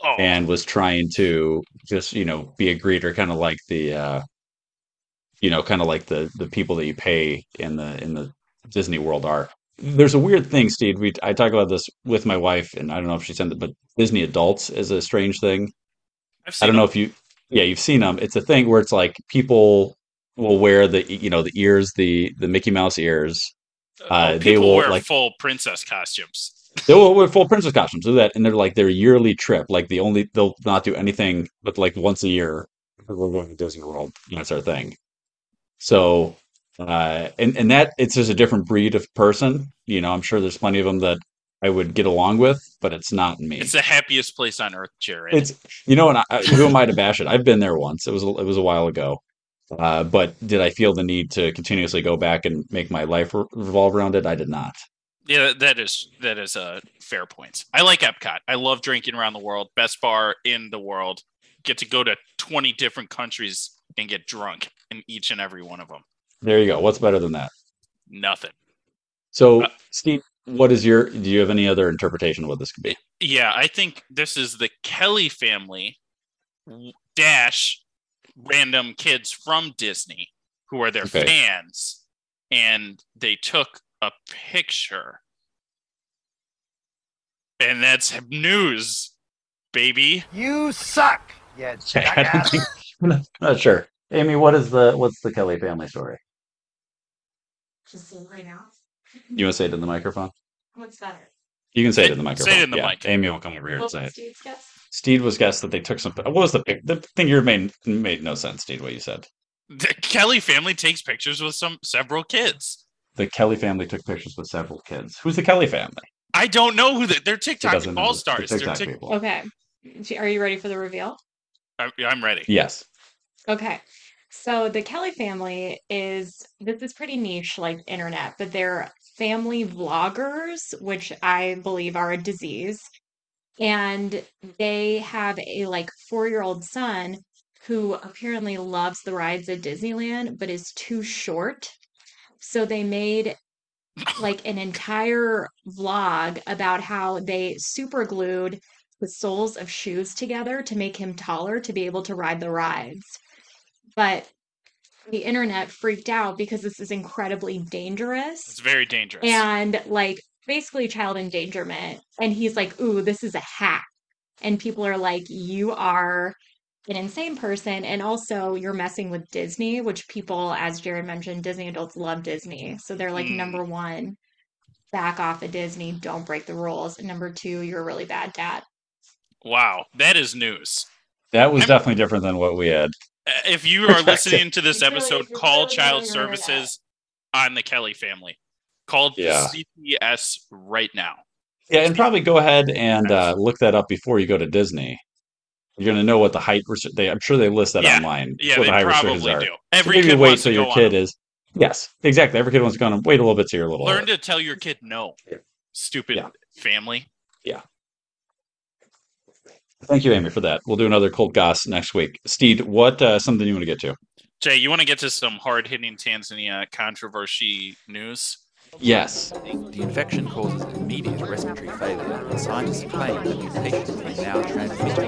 [SPEAKER 10] Oh,
[SPEAKER 9] and was trying to just you know be a greeter kind of like the uh you know kind of like the the people that you pay in the in the disney world are there's a weird thing steve we i talk about this with my wife and i don't know if she sent it but disney adults is a strange thing
[SPEAKER 10] I've
[SPEAKER 9] i don't know if you yeah you've seen them it's a thing where it's like people will wear the e, you know the ears the the mickey mouse ears uh, they
[SPEAKER 10] people
[SPEAKER 9] will
[SPEAKER 10] wear
[SPEAKER 9] like
[SPEAKER 10] full princess costumes.
[SPEAKER 9] they will wear full princess costumes. Do that, and they're like their yearly trip. Like the only they'll not do anything but like once a year. We're going to Disney World. That's our thing. So, uh, and and that it's just a different breed of person. You know, I'm sure there's plenty of them that I would get along with, but it's not me.
[SPEAKER 10] It's the happiest place on earth, Jared.
[SPEAKER 9] It's you know, and I, I- who am I to bash it? I've been there once. It was a- it was a while ago, uh, but did I feel the need to continuously go back and make my life re- revolve around it? I did not.
[SPEAKER 10] yeah, that is that is a fair point. I like Epcot. I love drinking around the world. Best bar in the world. Get to go to twenty different countries and get drunk in each and every one of them.
[SPEAKER 9] There you go. What's better than that?
[SPEAKER 10] Nothing.
[SPEAKER 9] So, Steve, what is your? Do you have any other interpretation of what this could be?
[SPEAKER 10] Yeah, I think this is the Kelly family w- dash random kids from Disney who are their
[SPEAKER 9] Okay.
[SPEAKER 10] fans, and they took a picture, and that's news, baby.
[SPEAKER 13] You suck. Yeah,
[SPEAKER 9] I don't think, I'm not, I'm not sure. Amy, what is the what's the Kelly family story?
[SPEAKER 14] Just say right now.
[SPEAKER 9] You want to say it in the microphone?
[SPEAKER 14] What's better?
[SPEAKER 9] You can say it in the microphone.
[SPEAKER 10] say it in the
[SPEAKER 9] yeah.
[SPEAKER 10] mic.
[SPEAKER 9] Amy will come over here and
[SPEAKER 14] What
[SPEAKER 9] say
[SPEAKER 14] was
[SPEAKER 9] it.
[SPEAKER 14] Steve's guess?
[SPEAKER 9] Steve was guessed that they took some. What was the pic- the thing you made made no sense, Steve? What you said.
[SPEAKER 10] The Kelly family takes pictures with some several kids.
[SPEAKER 9] The Kelly family took pictures with several kids. Who's the Kelly family?
[SPEAKER 10] I don't know who they, they're TikTok
[SPEAKER 9] doesn't know.
[SPEAKER 10] all
[SPEAKER 9] They're
[SPEAKER 10] stars.
[SPEAKER 9] TikTok
[SPEAKER 10] Tik-
[SPEAKER 9] people.
[SPEAKER 14] Okay. G- Are you ready for the reveal?
[SPEAKER 10] I- I'm ready.
[SPEAKER 9] Yes.
[SPEAKER 14] Okay. So the Kelly family is this is pretty niche like internet, but they're family vloggers, which I believe are a disease. And they have a like 4-year-old son who apparently loves the rides at Disneyland but is too short. So they made like an entire vlog about how they super glued the soles of shoes together to make him taller to be able to ride the rides. But the internet freaked out because this is incredibly dangerous
[SPEAKER 10] It's very dangerous.
[SPEAKER 14] and like basically child endangerment. And he's like, ooh, this is a hack. And people are like, you are an insane person. And also, you're messing with Disney, which people, as Jared mentioned, Disney adults love Disney. So they're like,
[SPEAKER 10] Mm.
[SPEAKER 14] number one, back off of Disney, don't break the rules. And number two, you're a really bad dad.
[SPEAKER 10] Wow, that is news.
[SPEAKER 9] That was definitely different than what we had.
[SPEAKER 10] Uh, If you are listening to this episode, call Child Services on the Kelly family. Call
[SPEAKER 9] Yeah.
[SPEAKER 10] CPS right now.
[SPEAKER 9] Yeah, and probably go ahead and uh, look that up before you go to Disney. You're going to know what the height. Restri- they, I'm sure they list that
[SPEAKER 10] Yeah.
[SPEAKER 9] online.
[SPEAKER 10] Yeah,
[SPEAKER 9] what
[SPEAKER 10] they
[SPEAKER 9] the height restrictions
[SPEAKER 10] probably
[SPEAKER 9] are.
[SPEAKER 10] do.
[SPEAKER 9] So
[SPEAKER 10] Every
[SPEAKER 9] maybe
[SPEAKER 10] kid
[SPEAKER 9] wait
[SPEAKER 10] wants
[SPEAKER 9] so
[SPEAKER 10] to
[SPEAKER 9] your
[SPEAKER 10] go on
[SPEAKER 9] kid is. Yes, exactly. Every kid wants to go on. Wait a little bit so you're a little.
[SPEAKER 10] Learn
[SPEAKER 9] older.
[SPEAKER 10] to tell your kid no. Stupid family.
[SPEAKER 9] Yeah. Thank you, Amy, for that. We'll do another cold goss next week. Steed, what uh, something you want to get to?
[SPEAKER 10] Jay, you want to get to some hard hitting Tanzania controversy news?
[SPEAKER 9] Yes.
[SPEAKER 15] The infection causes immediate respiratory failure, and scientists claim that mutations may now transmit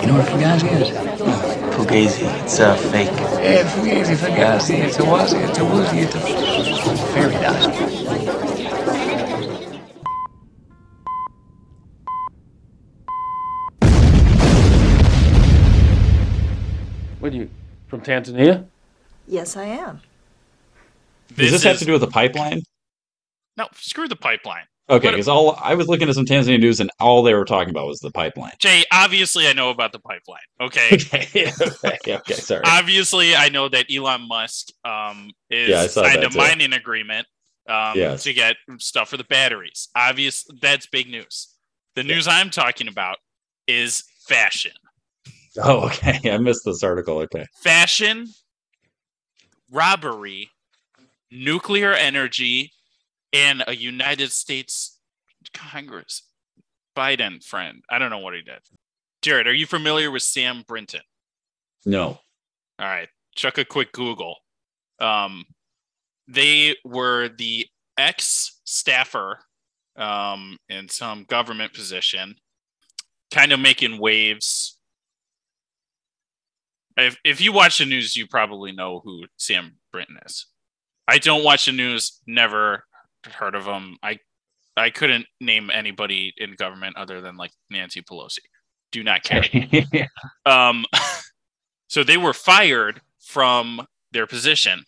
[SPEAKER 16] You know what fugazi is? Fugazi. It's a fake. Yeah, fugazi, fugazi. It's a wazi, it's a woozy, it's a fairy dust.
[SPEAKER 17] What are you from Tanzania?
[SPEAKER 18] Yes, I am.
[SPEAKER 9] Does this have to do with the pipeline?
[SPEAKER 10] No, screw the pipeline.
[SPEAKER 9] Okay, because all I was looking at some Tanzania news and all they were talking about was the pipeline.
[SPEAKER 10] Jay, obviously I know about the pipeline. Okay.
[SPEAKER 9] okay, okay, sorry.
[SPEAKER 10] Obviously, I know that Elon Musk um, is
[SPEAKER 9] Yeah, I saw
[SPEAKER 10] signed
[SPEAKER 9] that
[SPEAKER 10] a
[SPEAKER 9] too.
[SPEAKER 10] mining agreement um,
[SPEAKER 9] Yes.
[SPEAKER 10] to get stuff for the batteries. Obvious, that's big news. The news I'm talking about is fashion.
[SPEAKER 9] Oh, okay. I missed this article. Okay.
[SPEAKER 10] Fashion, robbery, nuclear energy, and a United States Congress Biden friend. I don't know what he did. Jared, are you familiar with Sam Brinton?
[SPEAKER 9] No.
[SPEAKER 10] All right, chuck a quick Google. Um, they were the ex staffer um, in some government position, kind of making waves. If, if you watch the news, you probably know who Sam Brinton is. I don't watch the news, never heard of him. I I couldn't name anybody in government other than like Nancy Pelosi. Do not care. um, so they were fired from their position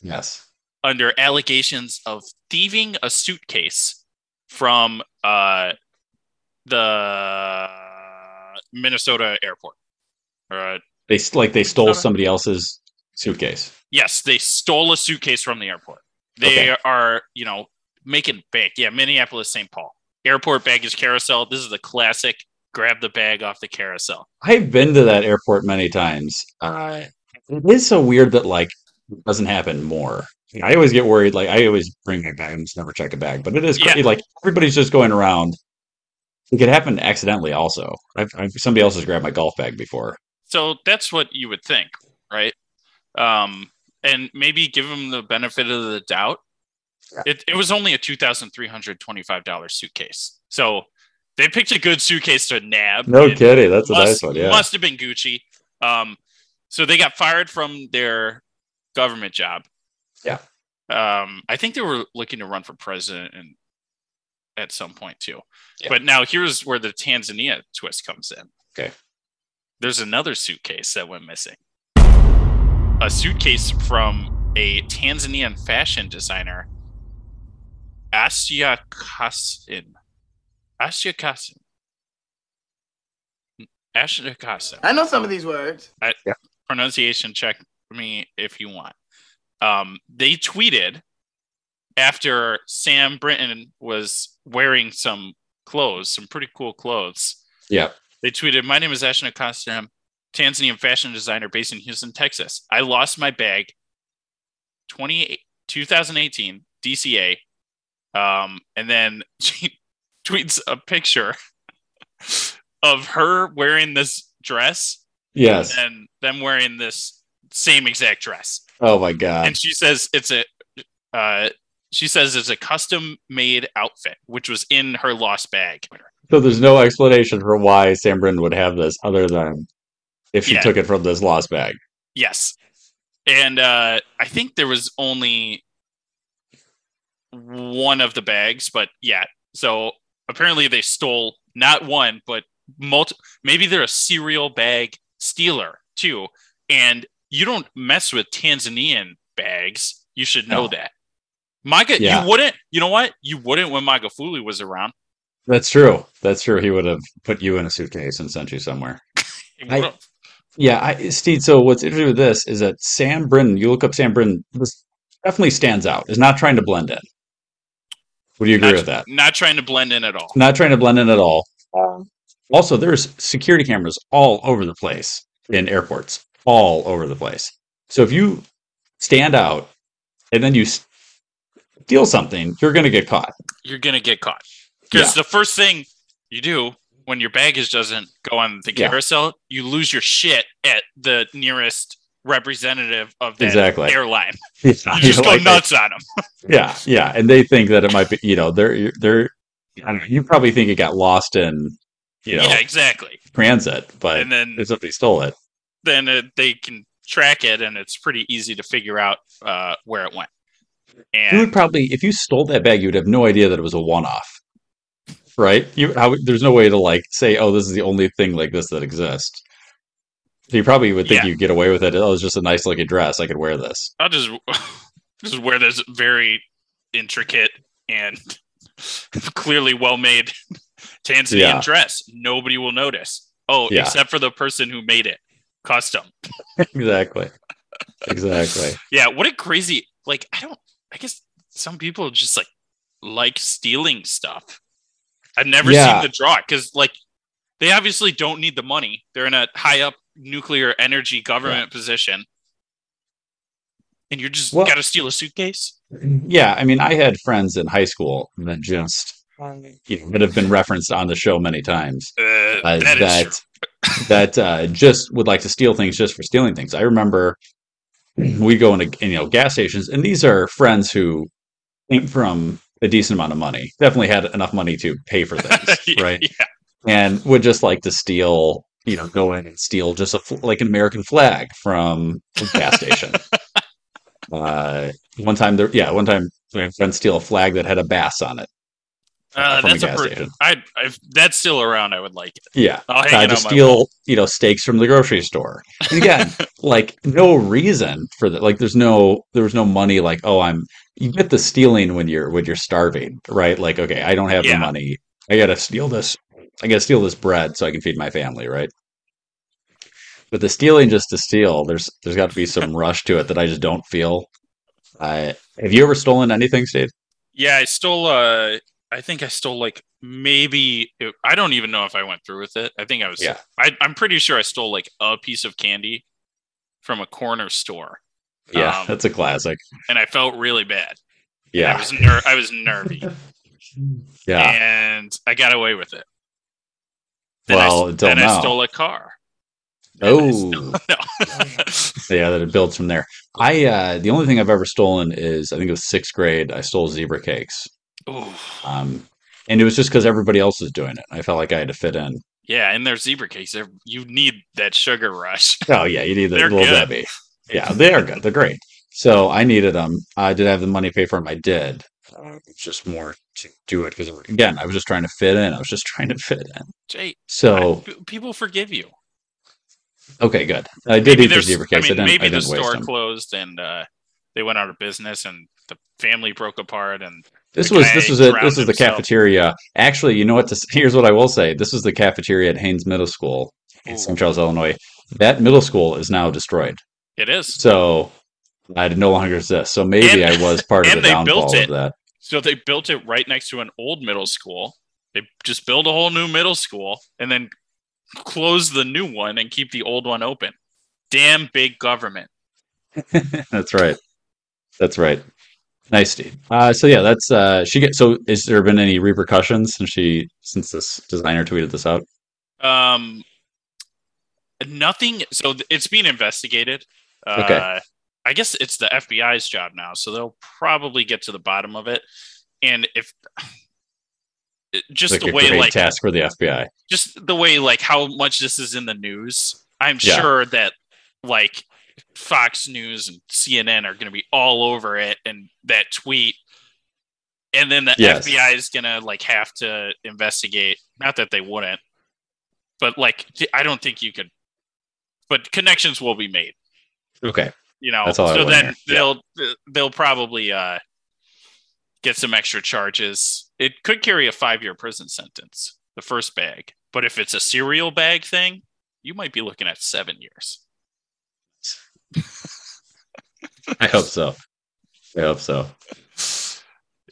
[SPEAKER 9] Yes.
[SPEAKER 10] under allegations of thieving a suitcase from uh, the Minnesota airport. All right.
[SPEAKER 9] They s- like they stole somebody else's suitcase.
[SPEAKER 10] Yes, they stole a suitcase from the airport. They are, you know, making bank. Yeah, Minneapolis, St. Paul. Airport baggage carousel. This is the classic grab the bag off the carousel.
[SPEAKER 9] I've been to that airport many times. Uh, it is so weird that like it doesn't happen more. I always get worried. Like I always bring my bag and just never check a bag. But it is crazy. Like everybody's just going around. It could happen accidentally. Also, I've, I've, somebody else has grabbed my golf bag before.
[SPEAKER 10] So that's what you would think, right? Um, and maybe give them the benefit of the doubt. It, it was only a two thousand three hundred twenty five dollars suitcase, so they picked a good suitcase to nab.
[SPEAKER 9] No
[SPEAKER 10] It
[SPEAKER 9] kidding, that's a nice
[SPEAKER 10] must,
[SPEAKER 9] one, yeah.
[SPEAKER 10] must have been Gucci. Um, so they got fired from their government job.
[SPEAKER 9] Yeah.
[SPEAKER 10] Um, I think they were looking to run for president and at some point too. But now here's where the Tanzania twist comes in.
[SPEAKER 9] Okay.
[SPEAKER 10] There's another suitcase that went missing. A suitcase from a Tanzanian fashion designer, Asia Kasin. Asia Kasin. Asia Kasin.
[SPEAKER 13] I know some of these words.
[SPEAKER 10] I, pronunciation check me if you want. Um, they tweeted after Sam Brinton was wearing some clothes, some pretty cool clothes.
[SPEAKER 9] Yeah.
[SPEAKER 10] They tweeted, "My name is Ashton Acosta. I'm a Tanzanian fashion designer based in Houston, Texas. I lost my bag 20, 2018 DCA." Um, and then she tweets a picture of her wearing this dress.
[SPEAKER 9] Yes.
[SPEAKER 10] And them wearing this same exact dress.
[SPEAKER 9] Oh my god.
[SPEAKER 10] And she says it's a uh, she says it's a custom made outfit, which was in her lost bag.
[SPEAKER 9] So there's no explanation for why Sam Brinton would have this other than if she
[SPEAKER 10] Yeah.
[SPEAKER 9] took it from this lost bag.
[SPEAKER 10] Yes. And uh, I think there was only one of the bags, but yeah. So apparently they stole not one, but multi maybe they're a cereal bag stealer too. And you don't mess with Tanzanian bags. You should know
[SPEAKER 9] No.
[SPEAKER 10] that. Maga,
[SPEAKER 9] Yeah.
[SPEAKER 10] you wouldn't. You know what? You wouldn't when Magafuli was around.
[SPEAKER 9] That's true. That's true. He would have put you in a suitcase and sent you somewhere.
[SPEAKER 10] He
[SPEAKER 9] I-
[SPEAKER 10] would've.
[SPEAKER 9] yeah, I, Steve. So what's interesting with this is that Sam Britton. You look up Sam Britton. This definitely stands out. Is not trying to blend in. Would you agree
[SPEAKER 10] Not-
[SPEAKER 9] with that?
[SPEAKER 10] Not trying to blend in at all.
[SPEAKER 9] Not trying to blend in at all. Um, Also, there's security cameras all over the place in airports, all over the place. So if you stand out and then you s- steal something, you're going to get caught.
[SPEAKER 10] You're gonna get caught because the first thing you do when your baggage doesn't go on the
[SPEAKER 9] Yeah.
[SPEAKER 10] carousel, you lose your shit at the nearest representative of that
[SPEAKER 9] Exactly.
[SPEAKER 10] airline.
[SPEAKER 9] Yeah,
[SPEAKER 10] You just go
[SPEAKER 9] like that.
[SPEAKER 10] nuts on them.
[SPEAKER 9] yeah, yeah, and they think that it might be, you know, they're they're, I don't know, you probably think it got lost in, you know,
[SPEAKER 10] yeah, exactly.
[SPEAKER 9] transit, but
[SPEAKER 10] And then-
[SPEAKER 9] if somebody stole it.
[SPEAKER 10] Then uh, they can track it, and it's pretty easy to figure out uh, where it went.
[SPEAKER 9] You would probably, if you stole that bag, you would have no idea that it was a one-off, right? You, how, there's no way to like say, oh, this is the only thing like this that exists. So you probably would think
[SPEAKER 10] Yeah.
[SPEAKER 9] you'd get away with it. Oh, it's just a nice looking dress. I could wear this.
[SPEAKER 10] I'll just just wear this very intricate and clearly well made Tanzanian
[SPEAKER 9] Yeah.
[SPEAKER 10] dress. Nobody will notice. Oh,
[SPEAKER 9] Yeah.
[SPEAKER 10] except for the person who made it custom.
[SPEAKER 9] exactly. Exactly.
[SPEAKER 10] Yeah, what a crazy like I don't I guess some people just like like stealing stuff. I've never
[SPEAKER 9] Yeah.
[SPEAKER 10] seen the draw because like they obviously don't need the money. They're in a high up nuclear energy government position. And you're just
[SPEAKER 9] Well-
[SPEAKER 10] gotta steal a suitcase?
[SPEAKER 9] Yeah, I mean, I had friends in high school that just you know, that have been referenced on the show many times.
[SPEAKER 10] Uh,
[SPEAKER 9] uh,
[SPEAKER 10] that is
[SPEAKER 9] that that uh, just would like to steal things just for stealing things. I remember we go into you know gas stations, and these are friends who came from a decent amount of money, definitely had enough money to pay for things, right? And would just like to steal, you know, go in and steal just a fl- like an American flag from a gas station. uh, one time, there, yeah, one time, my friend steal a flag that had a bass on it.
[SPEAKER 10] Uh,
[SPEAKER 9] from a
[SPEAKER 10] that's a,
[SPEAKER 9] gas
[SPEAKER 10] per-
[SPEAKER 9] station.
[SPEAKER 10] I if that's still around, I would like it.
[SPEAKER 9] Yeah,
[SPEAKER 10] I'll hang
[SPEAKER 9] tried
[SPEAKER 10] it
[SPEAKER 9] to
[SPEAKER 10] on my
[SPEAKER 9] steal you know steaks from the grocery store. And again, like no reason for that. Like there's no there was no money. Like oh, I'm you get the stealing when you're when you're starving, right? Like okay, I don't have the
[SPEAKER 10] Yeah.
[SPEAKER 9] money. I gotta steal this. I gotta steal this bread so I can feed my family, right? But the stealing just to steal, there's there's got to be some rush to it that I just don't feel. I have you ever stolen anything, Steve?
[SPEAKER 10] Yeah, I stole. Uh, I think I stole like maybe. I don't even know if I went through with it. I think I was.
[SPEAKER 9] Yeah.
[SPEAKER 10] I, I'm pretty sure I stole like a piece of candy from a corner store,
[SPEAKER 9] Yeah,
[SPEAKER 10] Um,
[SPEAKER 9] that's a classic.
[SPEAKER 10] and I felt really bad. I
[SPEAKER 9] Yeah,
[SPEAKER 10] was ner- I was nervy,
[SPEAKER 9] yeah.
[SPEAKER 10] and I got away with it. Then I s-
[SPEAKER 9] Well, until
[SPEAKER 10] then
[SPEAKER 9] now.
[SPEAKER 10] I stole a car.
[SPEAKER 9] Oh, yeah, that it builds from there. I uh, the only thing I've ever stolen is I think it was sixth grade. I stole zebra cakes,
[SPEAKER 10] Ooh,
[SPEAKER 9] um, and it was just because everybody else was doing it. I felt like I had to fit in.
[SPEAKER 10] yeah, and their zebra cakes. they're- You need that sugar rush.
[SPEAKER 9] Oh yeah, you need the
[SPEAKER 10] They're
[SPEAKER 9] little
[SPEAKER 10] good.
[SPEAKER 9] Debbie. Yeah, they are good. They're great. So I needed them. I did have the money to pay for them. I did. Uh, It's just more to do it because again, I was just trying to fit in. I was just trying to fit in.
[SPEAKER 10] Jay,
[SPEAKER 9] So
[SPEAKER 10] p- people forgive you.
[SPEAKER 9] okay, good. I did eat the
[SPEAKER 10] there's-
[SPEAKER 9] zebra cakes. I,
[SPEAKER 10] mean,
[SPEAKER 9] didn't.
[SPEAKER 10] maybe
[SPEAKER 9] I
[SPEAKER 10] the
[SPEAKER 9] didn't waste
[SPEAKER 10] store
[SPEAKER 9] them.
[SPEAKER 10] closed and uh, they went out of business, and the family broke apart. And
[SPEAKER 9] This
[SPEAKER 10] the
[SPEAKER 9] was
[SPEAKER 10] guy
[SPEAKER 9] this was it.
[SPEAKER 10] drowned
[SPEAKER 9] This is the
[SPEAKER 10] himself.
[SPEAKER 9] cafeteria. Actually, you know what? This, here's what I will say. This is the cafeteria at Haynes Middle School in St. Charles, Illinois. That middle school is now destroyed.
[SPEAKER 10] It is.
[SPEAKER 9] So I no longer exist. So maybe I was part of
[SPEAKER 10] and
[SPEAKER 9] the
[SPEAKER 10] they built
[SPEAKER 9] downfall
[SPEAKER 10] it.
[SPEAKER 9] of that.
[SPEAKER 10] So they built it right next to an old middle school. They just build a whole new middle school and then close the new one and keep the old one open. Damn big government.
[SPEAKER 9] That's right. That's right. Nice, Steve. Uh, so yeah, that's uh, she get. So has there been any repercussions since she since this designer tweeted this out?
[SPEAKER 10] Um, nothing. So th- it's being investigated. Uh,
[SPEAKER 9] Okay.
[SPEAKER 10] I guess it's the FBI's job now, so they'll probably get to the bottom of it. And if it- just
[SPEAKER 9] Like
[SPEAKER 10] the
[SPEAKER 9] a
[SPEAKER 10] way,
[SPEAKER 9] great
[SPEAKER 10] like
[SPEAKER 9] task for the FBI.
[SPEAKER 10] just the way, like how much this is in the news, I'm
[SPEAKER 9] Yeah.
[SPEAKER 10] sure that like Fox News and CNN are going to be all over it and that tweet. And then the
[SPEAKER 9] Yes.
[SPEAKER 10] FBI is going to like have to investigate. Not that they wouldn't, but like I don't think you could. But connections will be made.
[SPEAKER 9] Okay.
[SPEAKER 10] You know,
[SPEAKER 9] That's all I
[SPEAKER 10] so
[SPEAKER 9] wanna
[SPEAKER 10] then
[SPEAKER 9] hear.
[SPEAKER 10] they'll they'll probably uh, get some extra charges. It could carry a five year prison sentence, the first bag. But if it's a cereal bag thing, you might be looking at seven years.
[SPEAKER 9] I hope so. I hope so.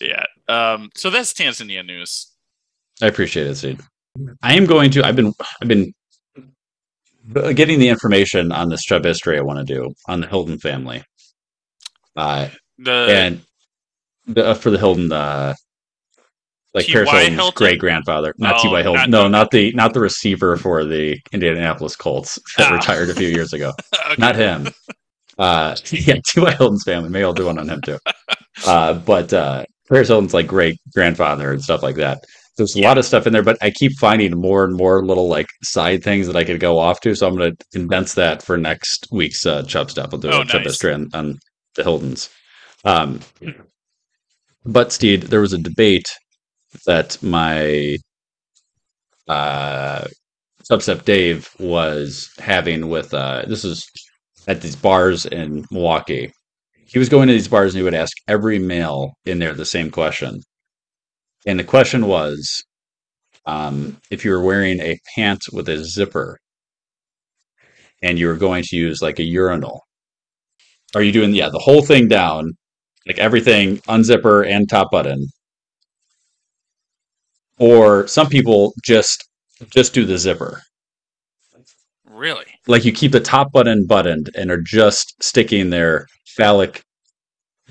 [SPEAKER 10] Yeah. Um, so that's Tanzania news.
[SPEAKER 9] I appreciate it, Sid. I am going to. I've been. I've been getting the information on this Chubb history I want to do on the Hilden family. Uh,
[SPEAKER 10] The
[SPEAKER 9] and the, uh, for the Hilden, uh, like
[SPEAKER 10] T.Y.
[SPEAKER 9] Paris Hilden's
[SPEAKER 10] Hilton?
[SPEAKER 9] great grandfather, not
[SPEAKER 10] Oh,
[SPEAKER 9] T.Y. Hilden.
[SPEAKER 10] not-
[SPEAKER 9] no, not the not the receiver for the Indianapolis Colts
[SPEAKER 10] Ah.
[SPEAKER 9] that retired a few years ago. Not him. Uh, yeah, T.Y. Hilden's family. Maybe I'll do one on him too. Uh, but uh, Paris Hilton's like great grandfather and stuff like that. There's a lot of stuff in there, but I keep finding more and more little like side things that I could go off to. So I'm going to condense that for next week's uh, Chubb Stuff. I'll do
[SPEAKER 10] Oh,
[SPEAKER 9] a Chubb
[SPEAKER 10] nice.
[SPEAKER 9] history on, on the Hildens. Um, but Steed, there was a debate that my uh, substep Dave was having with uh, this is at these bars in Milwaukee. He was going to these bars and he would ask every male in there the same question. And the question was um, if you were wearing a pant with a zipper and you were going to use like a urinal, are you doing, yeah, the whole thing down, like everything, unzipper and top button? Or some people just just do the zipper.
[SPEAKER 10] Really?
[SPEAKER 9] Like you keep the top button buttoned and are just sticking their phallic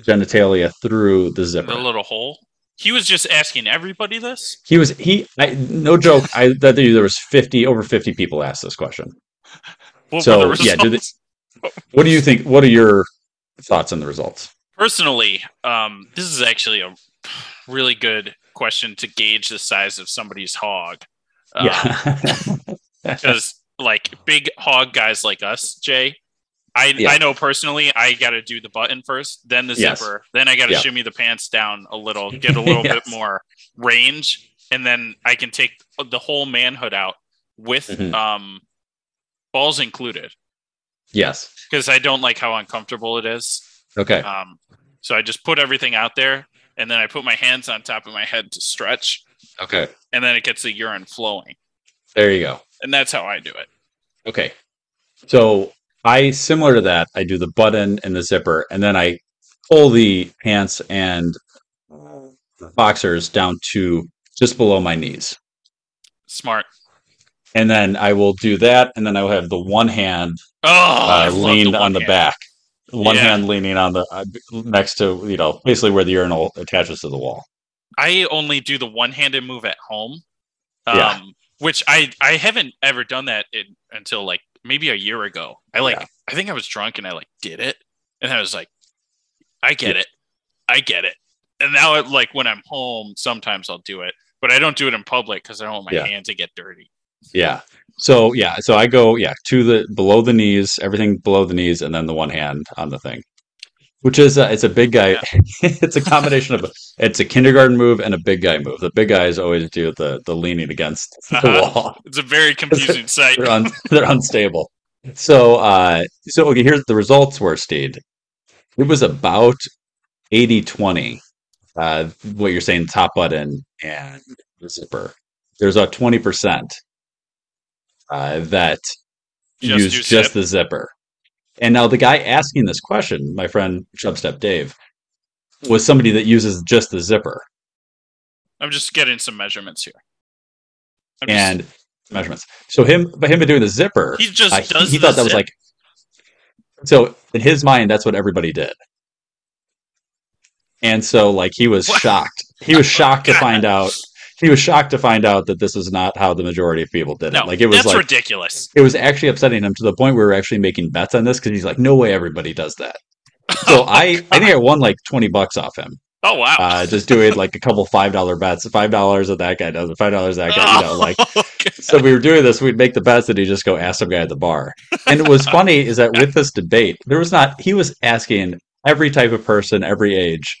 [SPEAKER 9] genitalia through the zipper.
[SPEAKER 10] The little hole. He was just asking everybody this.
[SPEAKER 9] He was he I no joke. I that there was fifty over fifty people asked this question.
[SPEAKER 10] What were
[SPEAKER 9] so
[SPEAKER 10] the
[SPEAKER 9] yeah, do they, what do you think? What are your thoughts on the results?
[SPEAKER 10] Personally, um, this is actually a really good question to gauge the size of somebody's hog. Uh, Because like big hog guys like us, Jay, I
[SPEAKER 9] Yeah.
[SPEAKER 10] I know personally, I got to do the button first, then the
[SPEAKER 9] Yes.
[SPEAKER 10] zipper, then I got to
[SPEAKER 9] Yeah.
[SPEAKER 10] shimmy the pants down a little, get a little bit
[SPEAKER 9] Yes.
[SPEAKER 10] more range, and then I can take the whole manhood out with
[SPEAKER 9] Mhm.
[SPEAKER 10] um balls included
[SPEAKER 9] yes.
[SPEAKER 10] because I don't like how uncomfortable it is.
[SPEAKER 9] Okay.
[SPEAKER 10] Um, so I just put everything out there, and then I put my hands on top of my head to stretch,
[SPEAKER 9] Okay.
[SPEAKER 10] and then it gets the urine flowing,
[SPEAKER 9] There you go.
[SPEAKER 10] and that's how I do it.
[SPEAKER 9] Okay. So I similar to that, I do the button and the zipper, and then I pull the pants and boxers down to just below my knees.
[SPEAKER 10] Smart.
[SPEAKER 9] and then I will do that, and then I will have the one hand
[SPEAKER 10] Oh, I love the
[SPEAKER 9] Uh, leaned
[SPEAKER 10] one
[SPEAKER 9] on the
[SPEAKER 10] hand.
[SPEAKER 9] back, one
[SPEAKER 10] Yeah.
[SPEAKER 9] hand leaning on the uh, next to you know basically where the urinal attaches to the wall.
[SPEAKER 10] I only do the one-handed move at home, um,
[SPEAKER 9] Yeah.
[SPEAKER 10] which I I haven't ever done that in, until like maybe a year ago. I like I think I was drunk and I like did it, and I was like, I get it, I get it. And now it, like when I'm home, sometimes I'll do it, but I don't do it in public because I don't want my
[SPEAKER 9] Yeah.
[SPEAKER 10] hand to get dirty.
[SPEAKER 9] Yeah. So yeah, so I go yeah to the below the knees, everything below the knees, and then the one hand on the thing, which is uh, it's a big guy. it's a combination of it's a kindergarten move and a big guy move. The big guys always do the the leaning against the
[SPEAKER 10] Uh-huh.
[SPEAKER 9] wall.
[SPEAKER 10] It's a very confusing sight.
[SPEAKER 9] they're un- they're unstable. So uh so okay, here's the results were Steed. It was about 80-20. Uh what you're saying, top button and zipper. There's a twenty percent uh that
[SPEAKER 10] Just
[SPEAKER 9] use
[SPEAKER 10] do
[SPEAKER 9] just
[SPEAKER 10] zip.
[SPEAKER 9] the zipper. And now the guy asking this question, my friend Chubstep Dave, was somebody that uses just the zipper.
[SPEAKER 10] I'm just getting some measurements here. I'm just-
[SPEAKER 9] and measurements. So him, but him doing the zipper,
[SPEAKER 10] He just
[SPEAKER 9] he,
[SPEAKER 10] does
[SPEAKER 9] he
[SPEAKER 10] the
[SPEAKER 9] thought that was
[SPEAKER 10] zip.
[SPEAKER 9] like. So in his mind, that's what everybody did, and so like he was shocked. He was shocked to find out. He was shocked to find out that this is not how the majority of people did it.
[SPEAKER 10] no,
[SPEAKER 9] like it was
[SPEAKER 10] that's
[SPEAKER 9] like
[SPEAKER 10] ridiculous.
[SPEAKER 9] it was actually upsetting him to the point where we were actually making bets on this because he's like, no way everybody does that. So I, I think I won like twenty bucks off him.
[SPEAKER 10] Oh wow!
[SPEAKER 9] Uh, just doing like a couple five dollar bets, five dollars that that guy does, it, five dollars that guy, you
[SPEAKER 10] Oh,
[SPEAKER 9] know, like. So we were doing this, we'd make the bets, and he just go ask some guy at the bar. And what's funny is that with this debate, there was not he was asking every type of person, every age.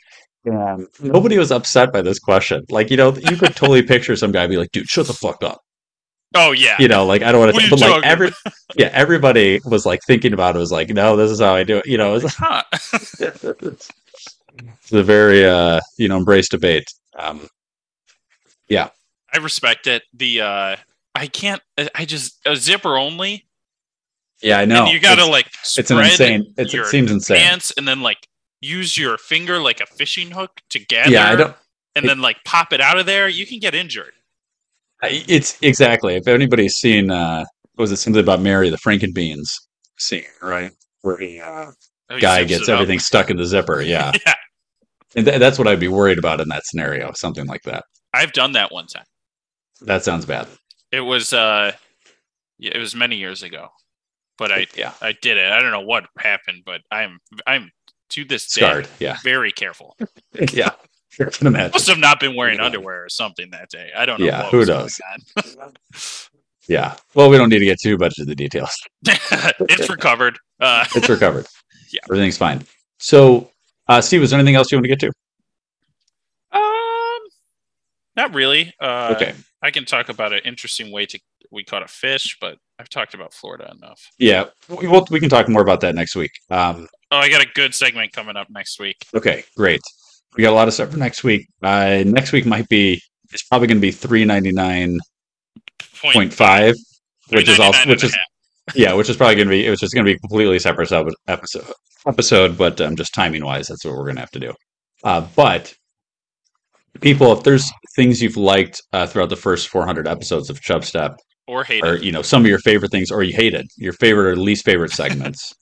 [SPEAKER 9] Um, nobody was upset by this question. Like you know, you could totally picture some guy be like, "Dude, shut the fuck up."
[SPEAKER 10] Oh yeah.
[SPEAKER 9] You know, like I don't want to,
[SPEAKER 10] What are you
[SPEAKER 9] but like
[SPEAKER 10] talking
[SPEAKER 9] every, yeah, everybody was like thinking about it. Was like, no, this is how I do it. You know, it's
[SPEAKER 10] Huh.
[SPEAKER 9] it's a very uh, you know embrace debate. Um, yeah,
[SPEAKER 10] I respect it. The uh I can't. I- I just a zipper only.
[SPEAKER 9] yeah, I know.
[SPEAKER 10] And you gotta
[SPEAKER 9] It's-
[SPEAKER 10] like
[SPEAKER 9] it's an
[SPEAKER 10] spread
[SPEAKER 9] insane. It's, it
[SPEAKER 10] your
[SPEAKER 9] seems insane.
[SPEAKER 10] Pants and then like use your finger like a fishing hook to gather.
[SPEAKER 9] Yeah, I don't-
[SPEAKER 10] And then like pop it out of there. You can get injured.
[SPEAKER 9] I- It's exactly. If anybody's seen, uh, what was it something about Mary the Frankenbeans scene, right? Where he uh,
[SPEAKER 10] Oh, he
[SPEAKER 9] guy
[SPEAKER 10] zips
[SPEAKER 9] gets
[SPEAKER 10] it up.
[SPEAKER 9] everything stuck in the zipper. Yeah, and th- that's what I'd be worried about in that scenario. Something like that.
[SPEAKER 10] I've done that one time.
[SPEAKER 9] That sounds bad.
[SPEAKER 10] It was uh, yeah, it was many years ago, but I
[SPEAKER 9] yeah
[SPEAKER 10] I did it. I don't know what happened, but I'm I'm to this
[SPEAKER 9] Scarred,
[SPEAKER 10] day
[SPEAKER 9] yeah.
[SPEAKER 10] very careful.
[SPEAKER 9] yeah, I can imagine.
[SPEAKER 10] Must have not been wearing underwear or something that day. I don't know.
[SPEAKER 9] Yeah,
[SPEAKER 10] what
[SPEAKER 9] who
[SPEAKER 10] was
[SPEAKER 9] knows?
[SPEAKER 10] going on.
[SPEAKER 9] Yeah. Well, we don't need to get too much of the details.
[SPEAKER 10] it's recovered. Uh,
[SPEAKER 9] It's recovered. yeah. Everything's fine. So, uh, Steve, is there anything else you want to get to?
[SPEAKER 10] um, Not really. Uh,
[SPEAKER 9] Okay.
[SPEAKER 10] I can talk about an interesting way to we caught a fish, but I've talked about Florida enough.
[SPEAKER 9] Yeah. We, we'll, we can talk more about that next week. Um,
[SPEAKER 10] Oh, I got a good segment coming up next week.
[SPEAKER 9] okay. Great. We got a lot of stuff for next week. Uh, next week might be, it's probably going to be 399.5, which is also, which is, yeah, which is probably going to be, it was just going to be a completely separate sub- episode, episode, but um, just timing wise, that's what we're going to have to do. Uh, but people, if there's things you've liked uh, throughout the first 400 episodes of Chubstep,
[SPEAKER 10] Or hated.
[SPEAKER 9] or you know, some of your favorite things, or you hated your favorite or least favorite segments,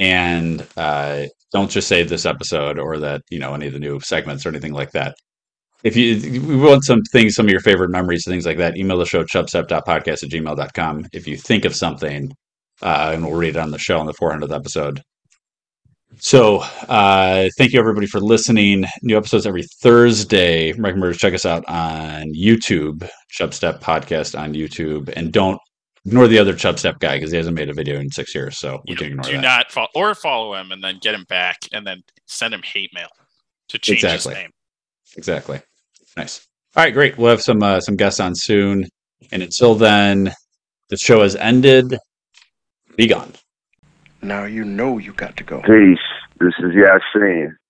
[SPEAKER 9] and uh, don't just say this episode or that you know any of the new segments or anything like that. If you if we want some things, some of your favorite memories, things like that, email the show chubstep.podcast at gmail.com. If you think of something, uh, and we'll read it on the show on the 400th episode. So, uh, thank you everybody for listening. New episodes every Thursday. Remember to check us out on YouTube, Chubstep Podcast on YouTube, and don't ignore the other Chubstep guy because he hasn't made a video in six years. So we can ignore
[SPEAKER 10] Do
[SPEAKER 9] that.
[SPEAKER 10] not follow or follow him and then get him back and then send him hate mail to change
[SPEAKER 9] Exactly.
[SPEAKER 10] his name.
[SPEAKER 9] Exactly. Nice. All right, great. We'll have some uh, some guests on soon. And until then, the show has ended. Be gone.
[SPEAKER 18] Now you know you got to go.
[SPEAKER 19] Peace. This is Yasin.